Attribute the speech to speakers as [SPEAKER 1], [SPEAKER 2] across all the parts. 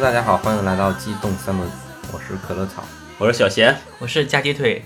[SPEAKER 1] 大家好，欢迎来到机动三轮，我是可乐草。
[SPEAKER 2] 我是小贤，
[SPEAKER 3] 我是夹鸡腿，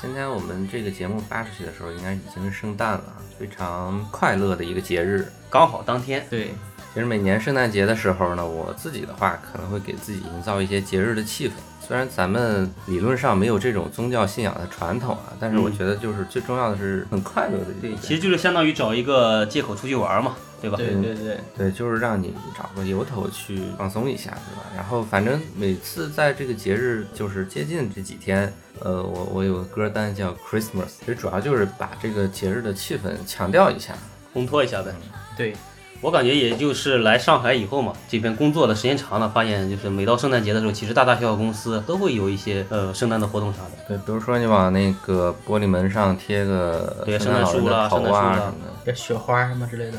[SPEAKER 1] 今天我们这个节目发出去的时候，应该已经是圣诞了，非常快乐的一个节日。
[SPEAKER 2] 刚好当天
[SPEAKER 3] 对，
[SPEAKER 1] 其实每年圣诞节的时候呢，我自己的话可能会给自己营造一些节日的气氛。虽然咱们理论上没有这种宗教信仰的传统啊，但是我
[SPEAKER 2] 嗯
[SPEAKER 1] 觉得就是最重要的是很快乐的这一
[SPEAKER 2] 其
[SPEAKER 1] 点。
[SPEAKER 2] 实就是相当于找一个借口出去玩嘛，对吧？
[SPEAKER 3] 对对对，
[SPEAKER 1] 对，就是让你找个由头去放松一下，对吧？然后反正每次在这个节日就是接近这几天，呃，我我有个歌单叫 Christmas，其实主要就是把这个节日的气氛强调一下。
[SPEAKER 2] 烘托一下呗。
[SPEAKER 3] 对，
[SPEAKER 2] 我感觉也就是来上海以后嘛，这边工作的时间长了，发现就是每到圣诞节的时候，其实大大小小公司都会有一些呃圣诞的活动啥的。
[SPEAKER 1] 对，比如说你往那个玻璃门上贴个
[SPEAKER 2] 对
[SPEAKER 1] 圣诞老人的头
[SPEAKER 2] 圣诞树
[SPEAKER 1] 啊
[SPEAKER 2] 啦圣诞树啦
[SPEAKER 1] 什么的。
[SPEAKER 3] 这雪花什么之类的，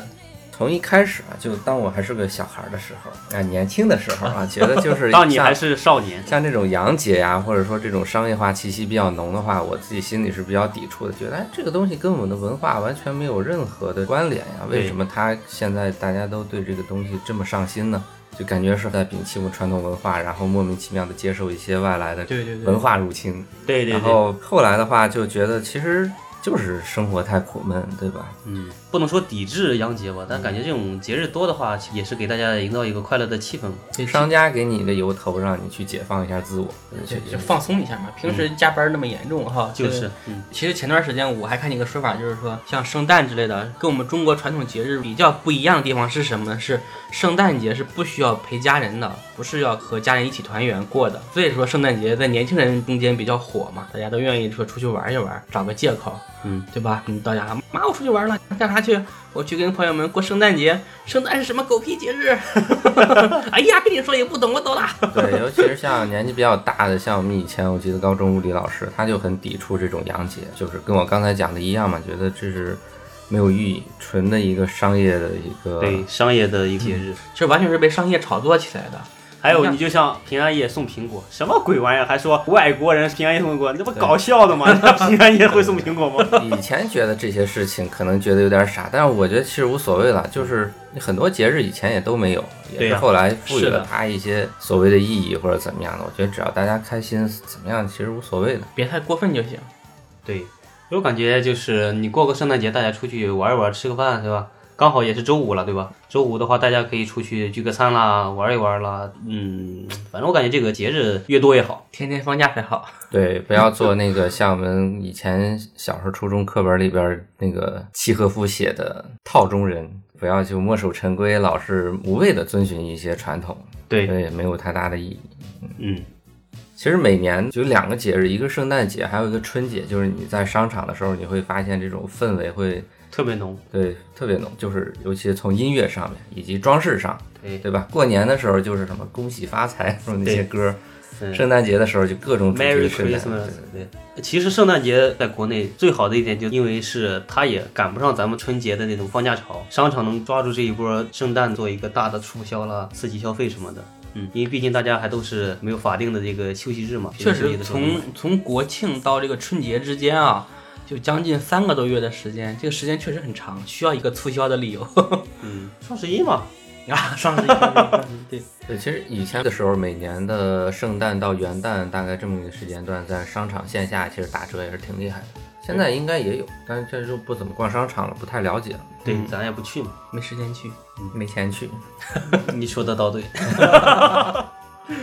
[SPEAKER 1] 从一开始啊，就当我还是个小孩儿的时候，啊，年轻的时候啊，觉得就是
[SPEAKER 2] 当你还
[SPEAKER 1] 像
[SPEAKER 2] 是少年，
[SPEAKER 1] 像这种洋节呀、或者说这种商业化气息比较浓的话，我自己心里是比较抵触的，觉得哎，这个东西跟我们的文化完全没有任何的关联呀、为
[SPEAKER 2] 对
[SPEAKER 1] 什么他现在大家都对这个东西这么上心呢？就感觉是在摒弃我们传统文化，然后莫名其妙的接受一些外来的
[SPEAKER 3] 对对对
[SPEAKER 1] 文化入侵。
[SPEAKER 2] 对对
[SPEAKER 1] 然
[SPEAKER 2] 对，
[SPEAKER 1] 后后来的话，就觉得其实就是生活太苦闷，对吧？
[SPEAKER 2] 嗯，不能说抵制洋节吧，但感觉这种节日多的话，也是给大家营造一个快乐的气氛嘛。
[SPEAKER 3] 对
[SPEAKER 1] 商家给你一个由头，让你去解放一下自我，
[SPEAKER 3] 对，就放松一下嘛。平时加班那么严重哈，
[SPEAKER 2] 嗯就
[SPEAKER 3] 这
[SPEAKER 2] 是
[SPEAKER 3] 个。，
[SPEAKER 2] 嗯，
[SPEAKER 3] 其实前段时间我还看见一个说法，就是说像圣诞之类的，跟我们中国传统节日比较不一样的地方是什么呢？是圣诞节是不需要陪家人的，不是要和家人一起团圆过的。所以说圣诞节在年轻人中间比较火嘛，大家都愿意说出去玩一玩，找个借口，
[SPEAKER 2] 嗯，
[SPEAKER 3] 对吧？你到家，妈，我出去玩了，干啥去？我去跟朋友们过圣诞节，圣诞是什么狗屁节日？ 哎呀，跟你说也不懂，我走了。
[SPEAKER 1] 对，尤其是像年纪比较大的，像我们以前，我记得高中物理老师他就很抵触这种洋节，就是跟我刚才讲的一样嘛，觉得这是没有意义，纯的一个商业的一个。
[SPEAKER 2] 对，商业的一个节日。
[SPEAKER 3] 其实完全是被商业炒作起来的。
[SPEAKER 2] 还有，你就像平安夜送苹果，什么鬼玩意儿？还说外国人平安夜送苹果，那不搞笑的吗？平安夜会送苹果吗？
[SPEAKER 1] 以前觉得这些事情可能觉得有点傻，但是我觉得其实无所谓了，就是很多节日以前也都没有，也
[SPEAKER 2] 对
[SPEAKER 1] 是
[SPEAKER 2] 呀
[SPEAKER 1] 后来赋予
[SPEAKER 3] 是
[SPEAKER 1] 了
[SPEAKER 3] 的
[SPEAKER 1] 它一些所谓的意义或者怎么样的。我觉得只要大家开心，怎么样其实无所谓的。
[SPEAKER 3] 别太过分就行。
[SPEAKER 2] 对，因为我感觉就是你过个圣诞节，大家出去玩一玩，吃个饭，对吧？刚好也是周五了，对吧？周五的话，大家可以出去聚个餐啦，玩一玩啦。嗯，反正我感觉这个节日越多越好。
[SPEAKER 3] 天天放假才好。
[SPEAKER 1] 对，不要做那个像我们以前小时候初中课本里边儿那个契诃夫写的套中人，不要就墨守成规，老是无谓的遵循一些传统，
[SPEAKER 2] 对
[SPEAKER 1] 这也没有太大的意义。
[SPEAKER 2] 嗯，
[SPEAKER 1] 其实每年就两个节日，一个圣诞节，还有一个春节。就是你在商场的时候，你会发现这种氛围会
[SPEAKER 2] 特别浓。
[SPEAKER 1] 对特别浓，就是尤其从音乐上面以及装饰上，
[SPEAKER 2] 对，
[SPEAKER 1] 对吧？过年的时候就是什么恭喜发财， 什么那些歌儿；
[SPEAKER 2] 嗯
[SPEAKER 1] 圣诞节的时候就各种主题
[SPEAKER 2] Merry
[SPEAKER 1] 圣诞。
[SPEAKER 2] Christmas
[SPEAKER 1] 对。
[SPEAKER 2] 对，其实圣诞节在国内最好的一点，就因为是它也赶不上咱们春节的那种放假潮，商场能抓住这一波圣诞做一个大的促销啦，刺激消费什么的。嗯，因为毕竟大家还都是没有法定的这个休息日嘛，
[SPEAKER 3] 确
[SPEAKER 2] 休息
[SPEAKER 3] 实，
[SPEAKER 2] 的时候
[SPEAKER 3] 从从国庆到这个春节之间啊，就将近三个多月的时间，这个时间确实很长，需要一个促销的理由
[SPEAKER 2] 嗯双十一嘛，
[SPEAKER 3] 啊。双十一，对，
[SPEAKER 1] 对，其实以前的时候，每年的圣诞到元旦大概这么一个时间段，在商场线下其实打折也是挺厉害的。现在应该也有，但是这就不怎么逛商场了，不太了解了，
[SPEAKER 2] 对，咱也不去嘛。
[SPEAKER 3] 没时间去。
[SPEAKER 1] 没钱去。
[SPEAKER 2] 你说的倒对，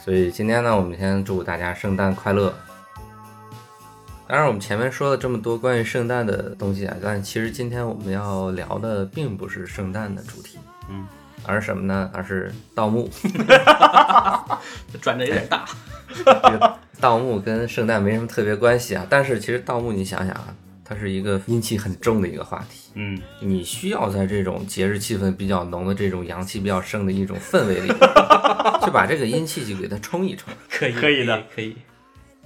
[SPEAKER 1] 所以今天呢，我们先祝大家圣诞快乐。当然，我们前面说了这么多关于圣诞的东西啊，但其实今天我们要聊的并不是圣诞的主题，
[SPEAKER 2] 嗯，
[SPEAKER 1] 而是什么呢？而是盗墓。
[SPEAKER 3] 转的有点大，
[SPEAKER 1] 这个盗墓跟圣诞没什么特别关系啊，但是其实盗墓你想想啊，它是一个阴气很重的一个话题，
[SPEAKER 2] 嗯，
[SPEAKER 1] 你需要在这种节日气氛比较浓的这种阳气比较盛的一种氛围里，去把这个阴气就给它冲一冲。
[SPEAKER 3] 可以，
[SPEAKER 2] 可以的，
[SPEAKER 3] 可以。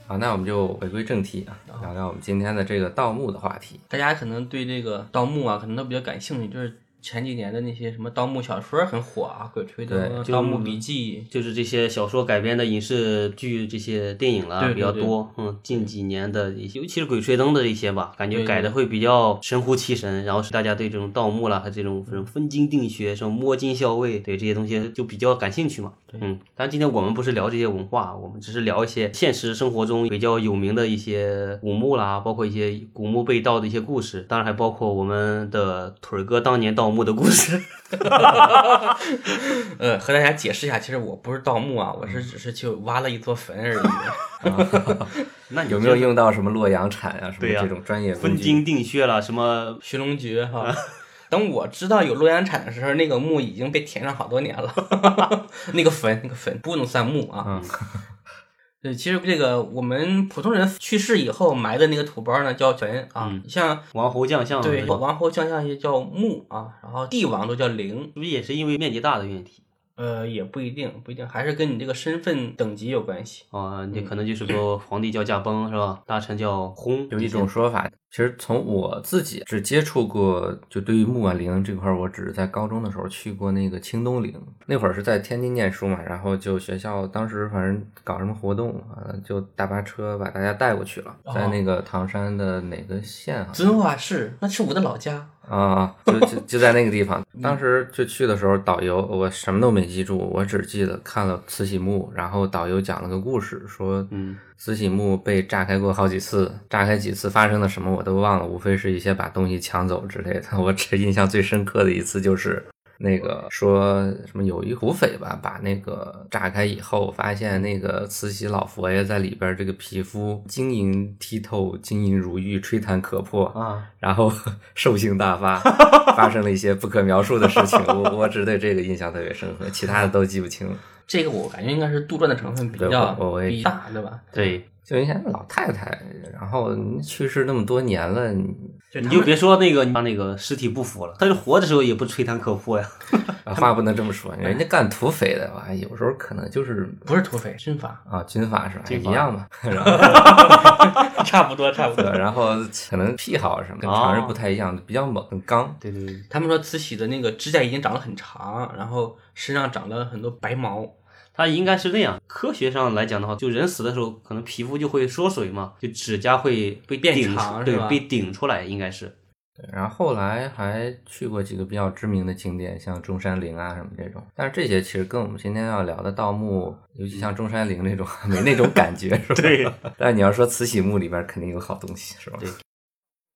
[SPEAKER 1] 好，那我们就回归正题啊，聊聊我们今天的这个盗墓的话题。
[SPEAKER 3] 大家可能对这个盗墓啊，可能都比较感兴趣，就是前几年的那些什么盗墓小说很火啊，《鬼吹灯》
[SPEAKER 1] 对
[SPEAKER 3] 《
[SPEAKER 2] 就
[SPEAKER 3] 盗墓笔记
[SPEAKER 2] 就是这些小说改编的影视剧、这些电影啦
[SPEAKER 3] 对对
[SPEAKER 2] 比较
[SPEAKER 3] 对
[SPEAKER 2] 多。嗯，近几年的一些，尤其是《鬼吹灯》的一些吧，感觉
[SPEAKER 3] 对
[SPEAKER 2] 改的会比较神乎其神，然后是大家对这种盗墓啦，还有这种这种分金定穴、什么摸金校尉，对这些东西就比较感兴趣嘛。嗯，但今天我们不是聊这些文化，我们只是聊一些现实生活中比较有名的一些古墓啦，包括一些古墓被盗的一些故事，当然还包括我们的腿儿哥当年盗墓的故事。》，
[SPEAKER 3] 呃，和大家解释一下，其实我不是盗墓啊，我
[SPEAKER 2] 嗯
[SPEAKER 3] 是只是去挖了一座坟而 已。啊
[SPEAKER 2] 那你
[SPEAKER 1] 有没有
[SPEAKER 2] 这
[SPEAKER 1] 用到什么洛阳铲啊，什么
[SPEAKER 2] 对呀
[SPEAKER 1] 这种专业工
[SPEAKER 2] 分
[SPEAKER 1] 具？
[SPEAKER 2] 金定穴啦，什么
[SPEAKER 3] 寻龙诀哈，等我知道有洛阳铲的时候，那个墓已经被填上好多年了。 那个坟，那个坟不能算墓啊。
[SPEAKER 1] 嗯，
[SPEAKER 3] 对，其实这个我们普通人去世以后埋的那个土包呢叫坟啊，
[SPEAKER 2] 嗯
[SPEAKER 3] 像
[SPEAKER 2] 王侯将相，
[SPEAKER 3] 对
[SPEAKER 2] 是吧
[SPEAKER 3] 王侯将相也叫墓啊，然后帝王都叫陵，
[SPEAKER 2] 是不是也是因为面积大的问题？
[SPEAKER 3] 呃，也不一定，不一定，还是跟你这个身份等级有关系。
[SPEAKER 2] 啊、你可能就是说皇帝叫驾崩是吧？大臣叫薨，
[SPEAKER 1] 有一种说法，其实从我自己只接触过，就对于木婉陵这块儿，我只是在高中的时候去过那个清东陵，那会儿是在天津念书嘛，然后就学校当时反正搞什么活动，啊，就大巴车把大家带过去了，在那个唐山的哪个县啊？
[SPEAKER 3] 遵化市那是我的老家，
[SPEAKER 1] 啊，就就就在那个地方。当时就去的时候，导游我什么都没记住，我只记得看了慈禧墓，然后导游讲了个故事，说，
[SPEAKER 2] 嗯，
[SPEAKER 1] 慈禧墓被炸开过好几次，炸开几次发生了什么我都忘了，无非是一些把东西抢走之类的。 我只印象最深刻的一次就是。那个说什么有一土匪吧，把那个炸开以后，发现那个慈禧老佛爷在里边，这个皮肤晶莹剔透、晶莹如玉、吹弹可破
[SPEAKER 2] 啊，
[SPEAKER 1] 然后 兽性大发，发生了一些不可描述的事情。我我只对这个印象特别深刻，其他的都记不清了。
[SPEAKER 3] 这个我感觉应该是杜撰的成分比
[SPEAKER 1] 对
[SPEAKER 3] 较
[SPEAKER 1] 我我也
[SPEAKER 3] 比
[SPEAKER 1] 是
[SPEAKER 3] 较大，对吧？
[SPEAKER 2] 对，
[SPEAKER 1] 就你想老太太，然后你去世那么多年了，你
[SPEAKER 3] 就
[SPEAKER 2] 你
[SPEAKER 3] 他
[SPEAKER 2] 就
[SPEAKER 3] 们
[SPEAKER 2] 别说那个他那个尸体不腐了，但是活的时候也不吹弹可破呀。
[SPEAKER 1] 啊话不能这么说，人家干土匪的吧，有时候可能就是，
[SPEAKER 3] 不是土匪，军阀
[SPEAKER 1] 啊军阀是吧，
[SPEAKER 2] 军
[SPEAKER 1] 一
[SPEAKER 2] 阀
[SPEAKER 1] 样 嘛。然后
[SPEAKER 3] 差不多，差不
[SPEAKER 1] 对。然后可能癖好什么
[SPEAKER 2] 哦
[SPEAKER 1] 跟常人不太一样，比较猛，很刚。
[SPEAKER 2] 对对 对，
[SPEAKER 3] 他们说慈禧的那个指甲已经长得很长，然后身上长了很多白毛，
[SPEAKER 2] 它应该是那样。科学上来讲的话，就人死的时候，可能皮肤就会缩水嘛，就指甲会被
[SPEAKER 3] 变
[SPEAKER 2] 顶出
[SPEAKER 3] 长是吧
[SPEAKER 2] 对，被顶出来，应该 是。
[SPEAKER 1] 然后后来还去过几个比较知名的景点，像中山陵啊什么这种。但是这些其实跟我们今天要聊的盗墓，尤其像中山陵这种， 没那种感觉，是吧？
[SPEAKER 2] 对。
[SPEAKER 1] 但你要说慈禧墓里边肯定有好东西，是吧？
[SPEAKER 2] 对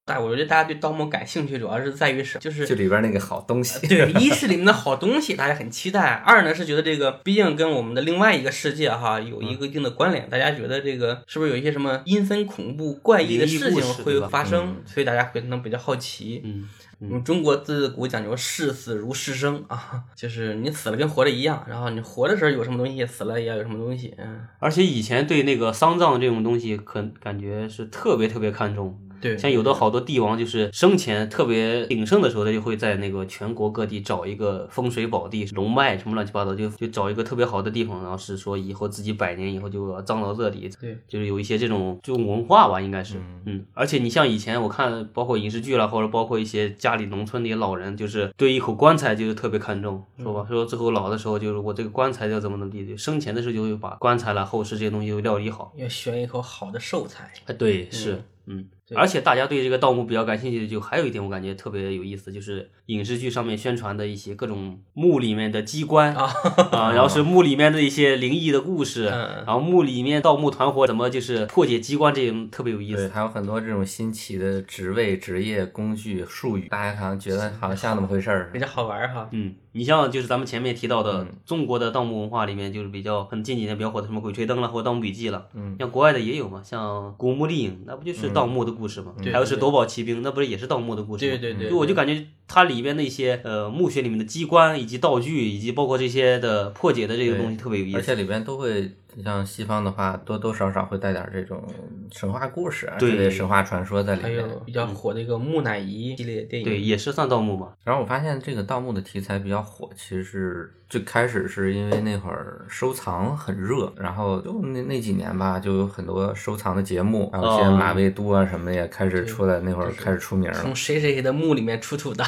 [SPEAKER 3] 但我觉得大家对盗墓感兴趣，主要是在于什，就是
[SPEAKER 1] 就里边那个好东西。
[SPEAKER 3] 对，一是里面的好东西，大家很期待；二呢是觉得这个毕竟跟我们的另外一个世界哈有
[SPEAKER 2] 嗯
[SPEAKER 3] 一个一定的关联，大家觉得这个是不是有一些什么阴森、恐怖、怪异的事
[SPEAKER 2] 灵异故
[SPEAKER 3] 情
[SPEAKER 2] 事对
[SPEAKER 3] 会
[SPEAKER 2] 吧
[SPEAKER 3] 发生，所以大家可能比较好奇。
[SPEAKER 2] 嗯，
[SPEAKER 3] 嗯，中国自古讲究视死如是生啊， 就是你死了跟活着一样，然后你活的时候有什么东西，死了也要有什么东西。嗯，
[SPEAKER 2] 而且以前对那个丧葬这种东西，可感觉是特别特别看重。
[SPEAKER 3] 对，
[SPEAKER 2] 嗯像有的好多帝王，就是生前特别鼎盛的时候，他就会在那个全国各地找一个风水宝地、龙脉什么乱七八糟，就就找一个特别好的地方，然后是说以后自己百年以后就要葬到这里。
[SPEAKER 3] 对，
[SPEAKER 2] 就是有一些这种这种文化吧，应该是，嗯，而且你像以前我看，包括影视剧啦，或者包括一些家里农村里老人，就是对一口棺材就是特别看重，说
[SPEAKER 3] 嗯
[SPEAKER 2] 吧，说最后老的时候就是我这个棺材要怎么怎么地，就生前的时候就会把棺材啦、后事这些东西都料理好。
[SPEAKER 3] 要选一口好的 寿材。
[SPEAKER 2] 哎，对，是，嗯，而且大家对这个盗墓比较感兴趣，就还有一点我感觉特别有意思，就是影视剧上面宣传的一些各种墓里面的机关
[SPEAKER 3] 啊
[SPEAKER 2] 然后是墓里面的一些灵异的故事，
[SPEAKER 3] 嗯
[SPEAKER 2] 然后墓里面盗墓团伙怎么就是破解机关，这种特别有意
[SPEAKER 1] 对，
[SPEAKER 2] 思。
[SPEAKER 1] 还有很多这种新奇的职位、职业、工具、术语，大家好像觉得好像像那么回事儿
[SPEAKER 3] 比。较好玩儿哈，
[SPEAKER 2] 嗯，你像就是咱们前面提到的中国的盗墓文化里面，就是比较可能近几年比较火的什么《鬼吹灯》了，或者《盗墓笔记》了。嗯，像国外的也有嘛，像《古墓丽影》，那不就是盗墓的故事嘛？还有是《夺宝奇兵》，那不是也是盗墓的故事吗？
[SPEAKER 3] 对对对
[SPEAKER 2] 就我就感觉它里边的一些呃墓穴里面的机关以及道具，以及包括这些的破解的这个东西特别有意
[SPEAKER 1] 而
[SPEAKER 2] 思。
[SPEAKER 1] 且里边都会，你像西方的话，多多少少会带点这种神话故事啊，
[SPEAKER 2] 对哎
[SPEAKER 1] 之类神话传说在里
[SPEAKER 3] 还
[SPEAKER 1] 面。
[SPEAKER 3] 有比较火的一个木乃伊系列电影。
[SPEAKER 2] 对，也是算盗墓嘛。
[SPEAKER 1] 然后我发现这个盗墓的题材比较火，其实是最开始是因为那会儿收藏很热，然后就那那几年吧，就有很多收藏的节目，还有一些
[SPEAKER 2] 哦
[SPEAKER 1] 马未都啊什么的也开始出来，那会儿开始出名了。
[SPEAKER 3] 从谁谁谁的墓里面出土的，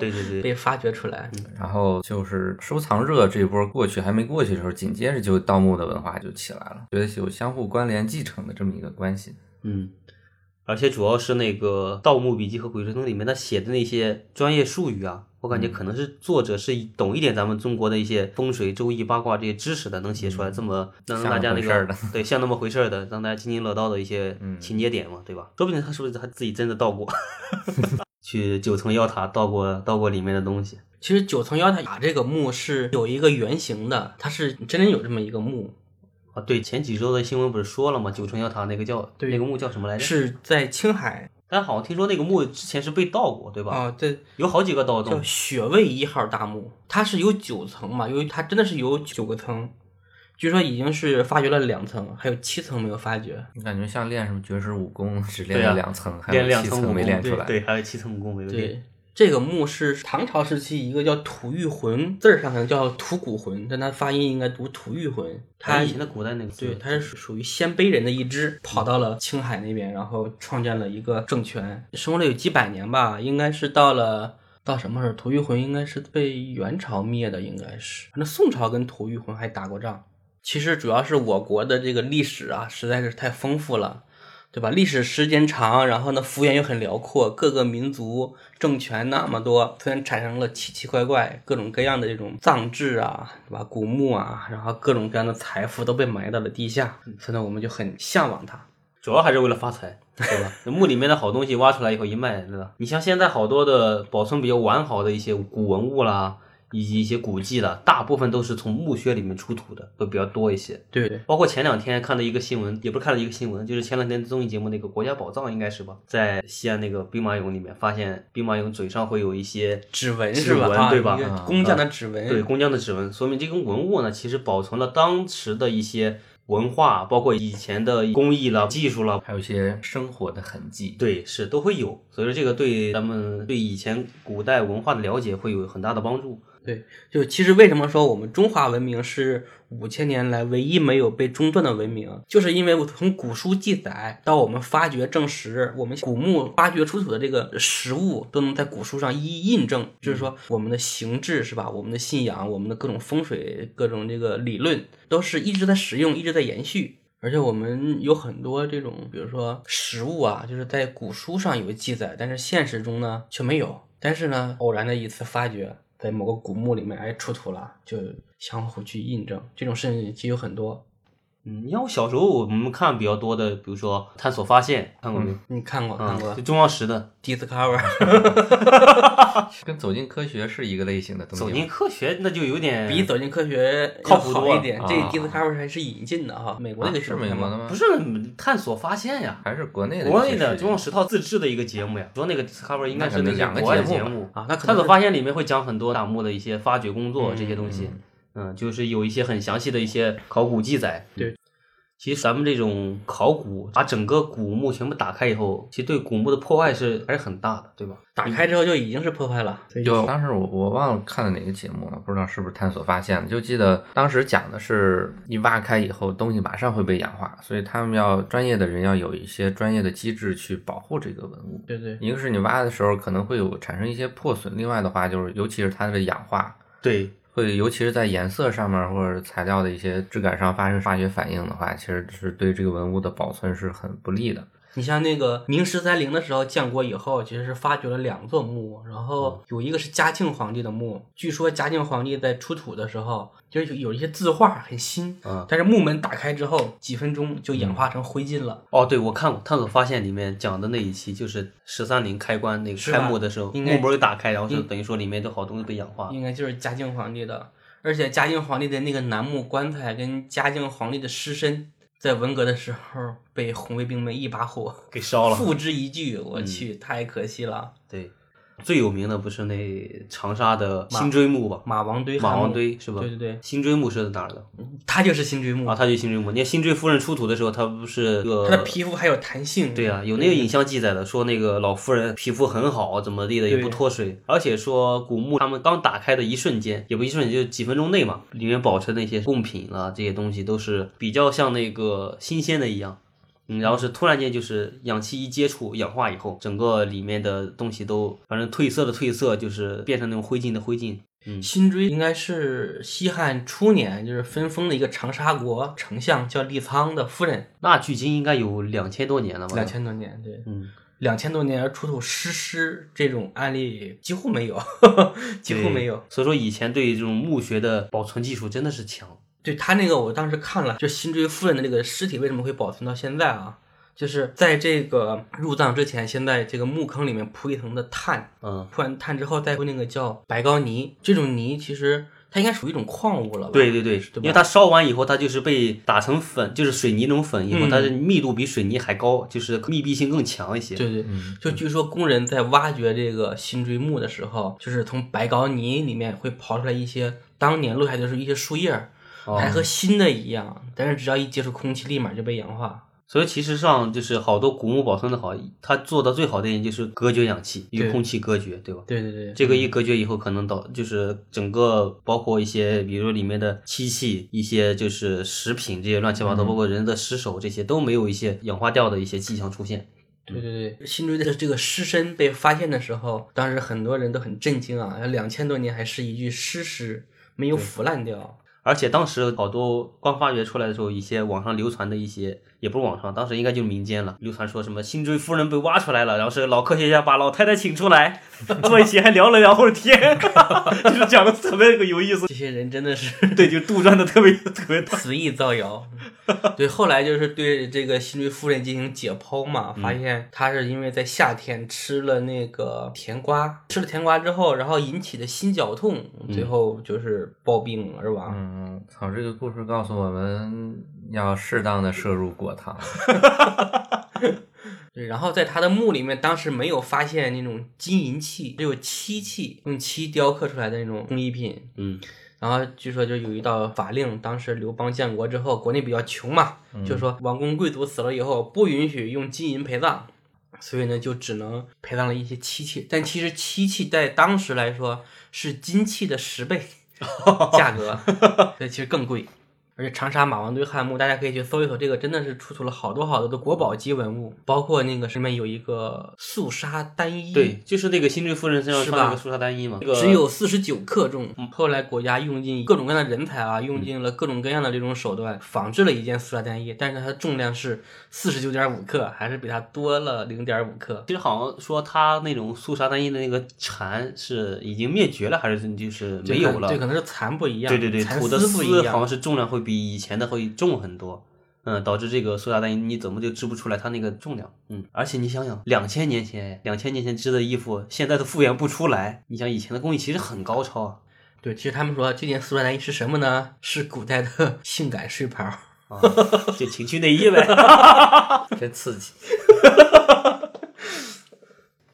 [SPEAKER 2] 对 对对，
[SPEAKER 3] 被发掘出来。
[SPEAKER 1] 然后就是收藏热这一波过去还没过去的时候，紧接着就盗墓的文化就起来了，觉得有相互关联继承的这么一个关系。
[SPEAKER 2] 嗯，而且主要是那个《盗墓笔记》和《鬼吹灯》里面他写的那些专业术语啊，我感觉可能是作者是懂一点咱们中国的一些风水、周易、八卦这些知识的，能写出来这么能让大家那
[SPEAKER 1] 像那么回事儿
[SPEAKER 2] 个
[SPEAKER 1] 的
[SPEAKER 2] 对像那么回事儿的，让大家津津乐道的一些情节点嘛，对吧？说不定他是不是他自己真的盗过， 去九层妖塔盗过盗过里面的东西。
[SPEAKER 3] 其实九层妖塔这个墓是有一个原型的，它是真的有这么一个墓，
[SPEAKER 2] 啊，对，前几周的新闻不是说了吗？九层妖塔那个叫
[SPEAKER 3] 对
[SPEAKER 2] 那个墓叫什么来着？，
[SPEAKER 3] 是在青海
[SPEAKER 2] 但好像听说那个墓之前是被盗过，对吧？
[SPEAKER 3] 啊、对，
[SPEAKER 2] 有好几个盗
[SPEAKER 3] 叫
[SPEAKER 2] 洞，
[SPEAKER 3] 雪卫一号大墓，它是有九层嘛，由于它真的是有九个层，据说已经是发掘了两层，还有七层没有发掘。
[SPEAKER 1] 你感觉像练什么绝世武功，只练
[SPEAKER 2] 对啊
[SPEAKER 1] 了两层，还
[SPEAKER 2] 练
[SPEAKER 1] 有
[SPEAKER 2] 两
[SPEAKER 1] 七
[SPEAKER 2] 层武
[SPEAKER 1] 没
[SPEAKER 2] 功
[SPEAKER 1] 练
[SPEAKER 2] 对
[SPEAKER 1] 出来。
[SPEAKER 2] 对，还有七层武功没有练。
[SPEAKER 3] 对，这个墓是唐朝时期一个叫吐谷浑，字儿上可能叫吐谷浑，但它发音应该读吐谷浑。
[SPEAKER 2] 他
[SPEAKER 3] 它
[SPEAKER 2] 以前的古代那个字
[SPEAKER 3] 对，它是属属于鲜卑人的一支，跑到了青海那边，然后创建了一个政权，生活了有几百年吧，应该是到了。到什么时候？吐谷浑应该是被元朝灭的，应该是，反正宋朝跟吐谷浑还打过仗。其实主要是我国的这个历史啊，实在是太丰富了，对吧？历史时间长，然后呢，幅员又很辽阔，各个民族、政权那么多，突然产生了奇奇怪怪、各种各样的这种葬制啊，对吧？古墓啊，然后各种各样的财富都被埋到了地下，
[SPEAKER 2] 嗯
[SPEAKER 3] 所以呢，我们就很向往它。
[SPEAKER 2] 主要还是为了发财，对吧？那墓里面的好东西挖出来以后一卖，对吧？你像现在好多的保存比较完好的一些古文物啦，以及一些古迹啦，大部分都是从墓穴里面出土的，会比较多一些。
[SPEAKER 3] 对对，
[SPEAKER 2] 包括前两天看到一个新闻，也不是看了一个新闻，就是前两天综艺节目那个《国家宝藏》应该是吧，在西安那个兵马俑里面发现兵马俑嘴上会有一些
[SPEAKER 3] 指纹
[SPEAKER 2] 指
[SPEAKER 3] 是吧？
[SPEAKER 2] 纹
[SPEAKER 3] 啊
[SPEAKER 2] 对吧
[SPEAKER 3] 一个
[SPEAKER 1] 啊
[SPEAKER 3] 工匠的指纹，
[SPEAKER 2] 对工匠的指纹，说明这根文物呢，其实保存了当时的一些文化，包括以前的工艺了、技术了。
[SPEAKER 1] 还有一些生活的痕迹。
[SPEAKER 2] 对，是都会有，所以说这个对咱们对以前古代文化的了解会有很大的帮助。
[SPEAKER 3] 对，就其实为什么说我们中华文明是五千年来唯一没有被中断的文明，就是因为我从古书记载到我们发掘证实，我们古墓发掘出土的这个实物都能在古书上一一印证，就是说我们的行制是吧，我们的信仰，我们的各种风水，各种这个理论都是一直在使用，一直在延续。而且我们有很多这种，比如说食物啊，就是在古书上有记载，但是现实中呢却没有。但是呢，偶然的一次发掘，在某个古墓里面哎出土了，就相互去印证，这种事情其实有很多。
[SPEAKER 2] 嗯，你像我小时候我们看比较多的，比如说《探索发现》，看过没
[SPEAKER 1] 嗯
[SPEAKER 2] 有？
[SPEAKER 3] 你看过看
[SPEAKER 2] 啊，
[SPEAKER 3] 过
[SPEAKER 2] 就中央十的
[SPEAKER 3] Discover，
[SPEAKER 1] 跟走进科学是一个类型的
[SPEAKER 2] 《
[SPEAKER 1] 东西吗。
[SPEAKER 2] 走进科学》，那就有点
[SPEAKER 3] 比走进科学
[SPEAKER 2] 靠
[SPEAKER 3] 要
[SPEAKER 2] 谱多
[SPEAKER 3] 好
[SPEAKER 2] 了啊
[SPEAKER 3] 一点。这
[SPEAKER 1] 啊
[SPEAKER 3] Discover 还是引进的哈，美国那个
[SPEAKER 1] 是美国的
[SPEAKER 3] 吗？
[SPEAKER 1] 吗？
[SPEAKER 2] 不，是探索发现呀，
[SPEAKER 1] 还是国内的一些
[SPEAKER 2] 国
[SPEAKER 1] 事情。
[SPEAKER 2] 内的中央十套自制的一个节目呀，主要那个 Discover 应该
[SPEAKER 1] 那可
[SPEAKER 2] 是那
[SPEAKER 1] 能两个
[SPEAKER 2] 个国外的
[SPEAKER 1] 节目吧
[SPEAKER 2] 目
[SPEAKER 3] 啊那可能是
[SPEAKER 2] 探索发现里面会讲很多大漠的一些发掘工作这些东西，嗯，就是有一些很详细的一些考古记载。嗯
[SPEAKER 3] 对，
[SPEAKER 2] 其实咱们这种考古，把整个古墓全部打开以后，其实对古墓的破坏是还是很大的，对吧？
[SPEAKER 3] 打开之后就已经是破坏了。所以
[SPEAKER 1] 就当时我我忘了看了哪个节目了，不知道是不是探索发现的，就记得当时讲的是你挖开以后东西马上会被氧化，所以他们要专业的人要有一些专业的机制去保护这个文物。
[SPEAKER 3] 对对
[SPEAKER 1] 一个是你挖的时候可能会有产生一些破损，另外的话就是尤其是它的氧化，
[SPEAKER 2] 对，
[SPEAKER 1] 会尤其是在颜色上面或者材料的一些质感上发生化学反应的话，其实是对这个文物的保存是很不利的。
[SPEAKER 3] 你像那个明十三陵的时候，建国以后其实是发掘了两座墓，然
[SPEAKER 2] 嗯
[SPEAKER 3] 后有一个是嘉庆皇帝的墓，据说嘉庆皇帝在出土的时候，就是有一些字画很新，
[SPEAKER 2] 嗯
[SPEAKER 3] 但是墓门打开之后几分钟就氧化成灰烬了，
[SPEAKER 2] 哦，对，我看过《探索发现》里面讲的那一期，就是十三陵开关那个
[SPEAKER 3] 是吧
[SPEAKER 2] 开幕的时候，
[SPEAKER 3] 应
[SPEAKER 2] 墓
[SPEAKER 3] 该
[SPEAKER 2] 门一打开，然后就等于说里面的好东西被氧化。
[SPEAKER 3] 应该就是嘉庆皇帝的，而且嘉庆皇帝的那个楠木棺材跟嘉庆皇帝的尸身。在文革的时候被红卫兵们一把火
[SPEAKER 2] 给烧了嗯
[SPEAKER 3] 付之一炬。我去，太可惜了。
[SPEAKER 2] 对，最有名的不是那长沙的新追墓吧？
[SPEAKER 3] 马王堆，
[SPEAKER 2] 马
[SPEAKER 3] 汉
[SPEAKER 2] 王
[SPEAKER 3] 墓
[SPEAKER 2] 堆是吧？
[SPEAKER 3] 对对对，
[SPEAKER 2] 新追墓是哪儿的？
[SPEAKER 3] 他就是新追墓
[SPEAKER 2] 啊，他就新追墓。你看新追夫人出土的时候，她不是个
[SPEAKER 3] 他的皮肤还有弹性。
[SPEAKER 2] 呃对啊，有那个影像记载的，说那个老夫人皮肤很好，怎么地的也不脱水，而且说古墓他们刚打开的一瞬间，也不一瞬间，就几分钟内嘛，啊里面保存那些贡品啦、这些东西都是比较像那个新鲜的一样。嗯，然后是突然间就是氧气一接触氧化以后，整个里面的东西都反正褪色的褪色，就是变成那种灰烬的灰烬。嗯，
[SPEAKER 3] 辛追应该是西汉初年，就是分封的一个长沙国丞相叫利苍的夫人，
[SPEAKER 2] 那距今应该有两千多年了吧？
[SPEAKER 3] 两。千多年，对，
[SPEAKER 2] 嗯，
[SPEAKER 3] 两千多年而出土尸尸这种案例几乎没有， 几乎
[SPEAKER 2] 对
[SPEAKER 3] 没有。。
[SPEAKER 2] 所以说以前对这种墓穴的保存技术真的是强。
[SPEAKER 3] 对他那个，我当时看了，就辛追夫人的这个尸体为什么会保存到现在啊？就是在这个入葬之前，先在这个墓坑里面铺一层的炭，
[SPEAKER 2] 嗯，
[SPEAKER 3] 铺完炭之后再铺那个叫白膏泥，这种泥其实它应该属于一种矿物了吧？
[SPEAKER 2] 对对对，
[SPEAKER 3] 吧
[SPEAKER 2] 因为它烧完以后，它就是被打成粉，就是水泥那种粉以后，
[SPEAKER 3] 嗯
[SPEAKER 2] 它的密度比水泥还高，就是密闭性更强一些。
[SPEAKER 3] 对对，
[SPEAKER 1] 嗯
[SPEAKER 3] 就据说工人在挖掘这个辛追墓的时候，就是从白膏泥里面会刨出来一些当年落下的是一些树叶儿，
[SPEAKER 2] 哦
[SPEAKER 3] 还和新的一样，但是只要一接触空气，立马就被氧化。
[SPEAKER 2] 所以其实上就是好多古墓保存的好，它做到最好的一点就是隔绝氧气，与
[SPEAKER 3] 对
[SPEAKER 2] 空气隔绝，对吧？
[SPEAKER 3] 对对嗯对，
[SPEAKER 2] 这个一隔绝以后，可能导就是整个包括一些，比如说里面的漆器、一些就是食品这些乱七八糟，
[SPEAKER 3] 嗯
[SPEAKER 2] 包括人的尸首这些都没有一些氧化掉的一些迹象出现。
[SPEAKER 3] 对对对，辛追的这个尸身被发现的时候，当时很多人都很震惊啊，两千多年还是一具尸尸，没有腐烂掉。
[SPEAKER 2] 而且当时好多刚发掘出来的时候，一些网上流传的一些，也不是网上，当时应该就是民间了，流传说什么辛追夫人被挖出来了，然后是老科学家把老太太请出来 坐一起，还聊了聊会儿天， 就是讲的特别有意思。
[SPEAKER 3] 这些人真的是
[SPEAKER 2] 对，就杜撰的特别特别大。
[SPEAKER 3] 词意造谣。对，后来就是对这个辛追夫人进行解剖嘛，发现她是因为在夏天吃了那个甜瓜，吃了甜瓜之后，然后引起的心绞痛，最后就是暴病而亡。
[SPEAKER 1] 嗯，操！这个故事告诉我们要适当的摄入果糖。
[SPEAKER 3] 对，然后在他的墓里面，当时没有发现那种金银器，只有漆器，用漆雕刻出来的那种工艺品。
[SPEAKER 2] 嗯，
[SPEAKER 3] 然后据说就有一道法令，当时刘邦建国之后，国内比较穷嘛，就说王公贵族死了以后不允许用金银陪葬，所以呢就只能陪葬了一些漆器。但其实漆器在当时来说是金器的十倍价格，所以其实更贵。而且长沙马王堆汉墓，大家可以去搜一搜，这个真的是出土了好多好多的国宝级文物，包括那个上面有一个素纱单衣，
[SPEAKER 2] 对，，就是那个辛追夫人身上
[SPEAKER 3] 是
[SPEAKER 2] 穿了
[SPEAKER 3] 吧
[SPEAKER 2] 个素纱单衣嘛，这个
[SPEAKER 3] 只有四十九克重。后来国家用尽各种各样的人才啊，用尽了各种各样的这种手段，仿制了一件塑料单衣，但是它的重量是四十九点五克，还是比它多了零点五克。
[SPEAKER 2] 其实好像说他那种素纱单衣的那个蝉是已经灭绝了，还是就是没有了？
[SPEAKER 3] 这可能是蚕不一样，
[SPEAKER 2] 对对对，
[SPEAKER 3] 蚕
[SPEAKER 2] 土的
[SPEAKER 3] 丝不一
[SPEAKER 2] 好像
[SPEAKER 3] 样。
[SPEAKER 2] 是重量会比以前的会重很多，嗯，导致这个塑料袋你怎么就织不出来它那个重量？嗯，而且你想想，两千年前，两千年前织的衣服，现在都复原不出来。你想以前的工艺其实很高超啊，
[SPEAKER 3] 对，其实他们说这件塑料单衣是什么呢？是古代的性感 睡袍。
[SPEAKER 2] 啊就情趣内衣呗。
[SPEAKER 1] 真刺 激。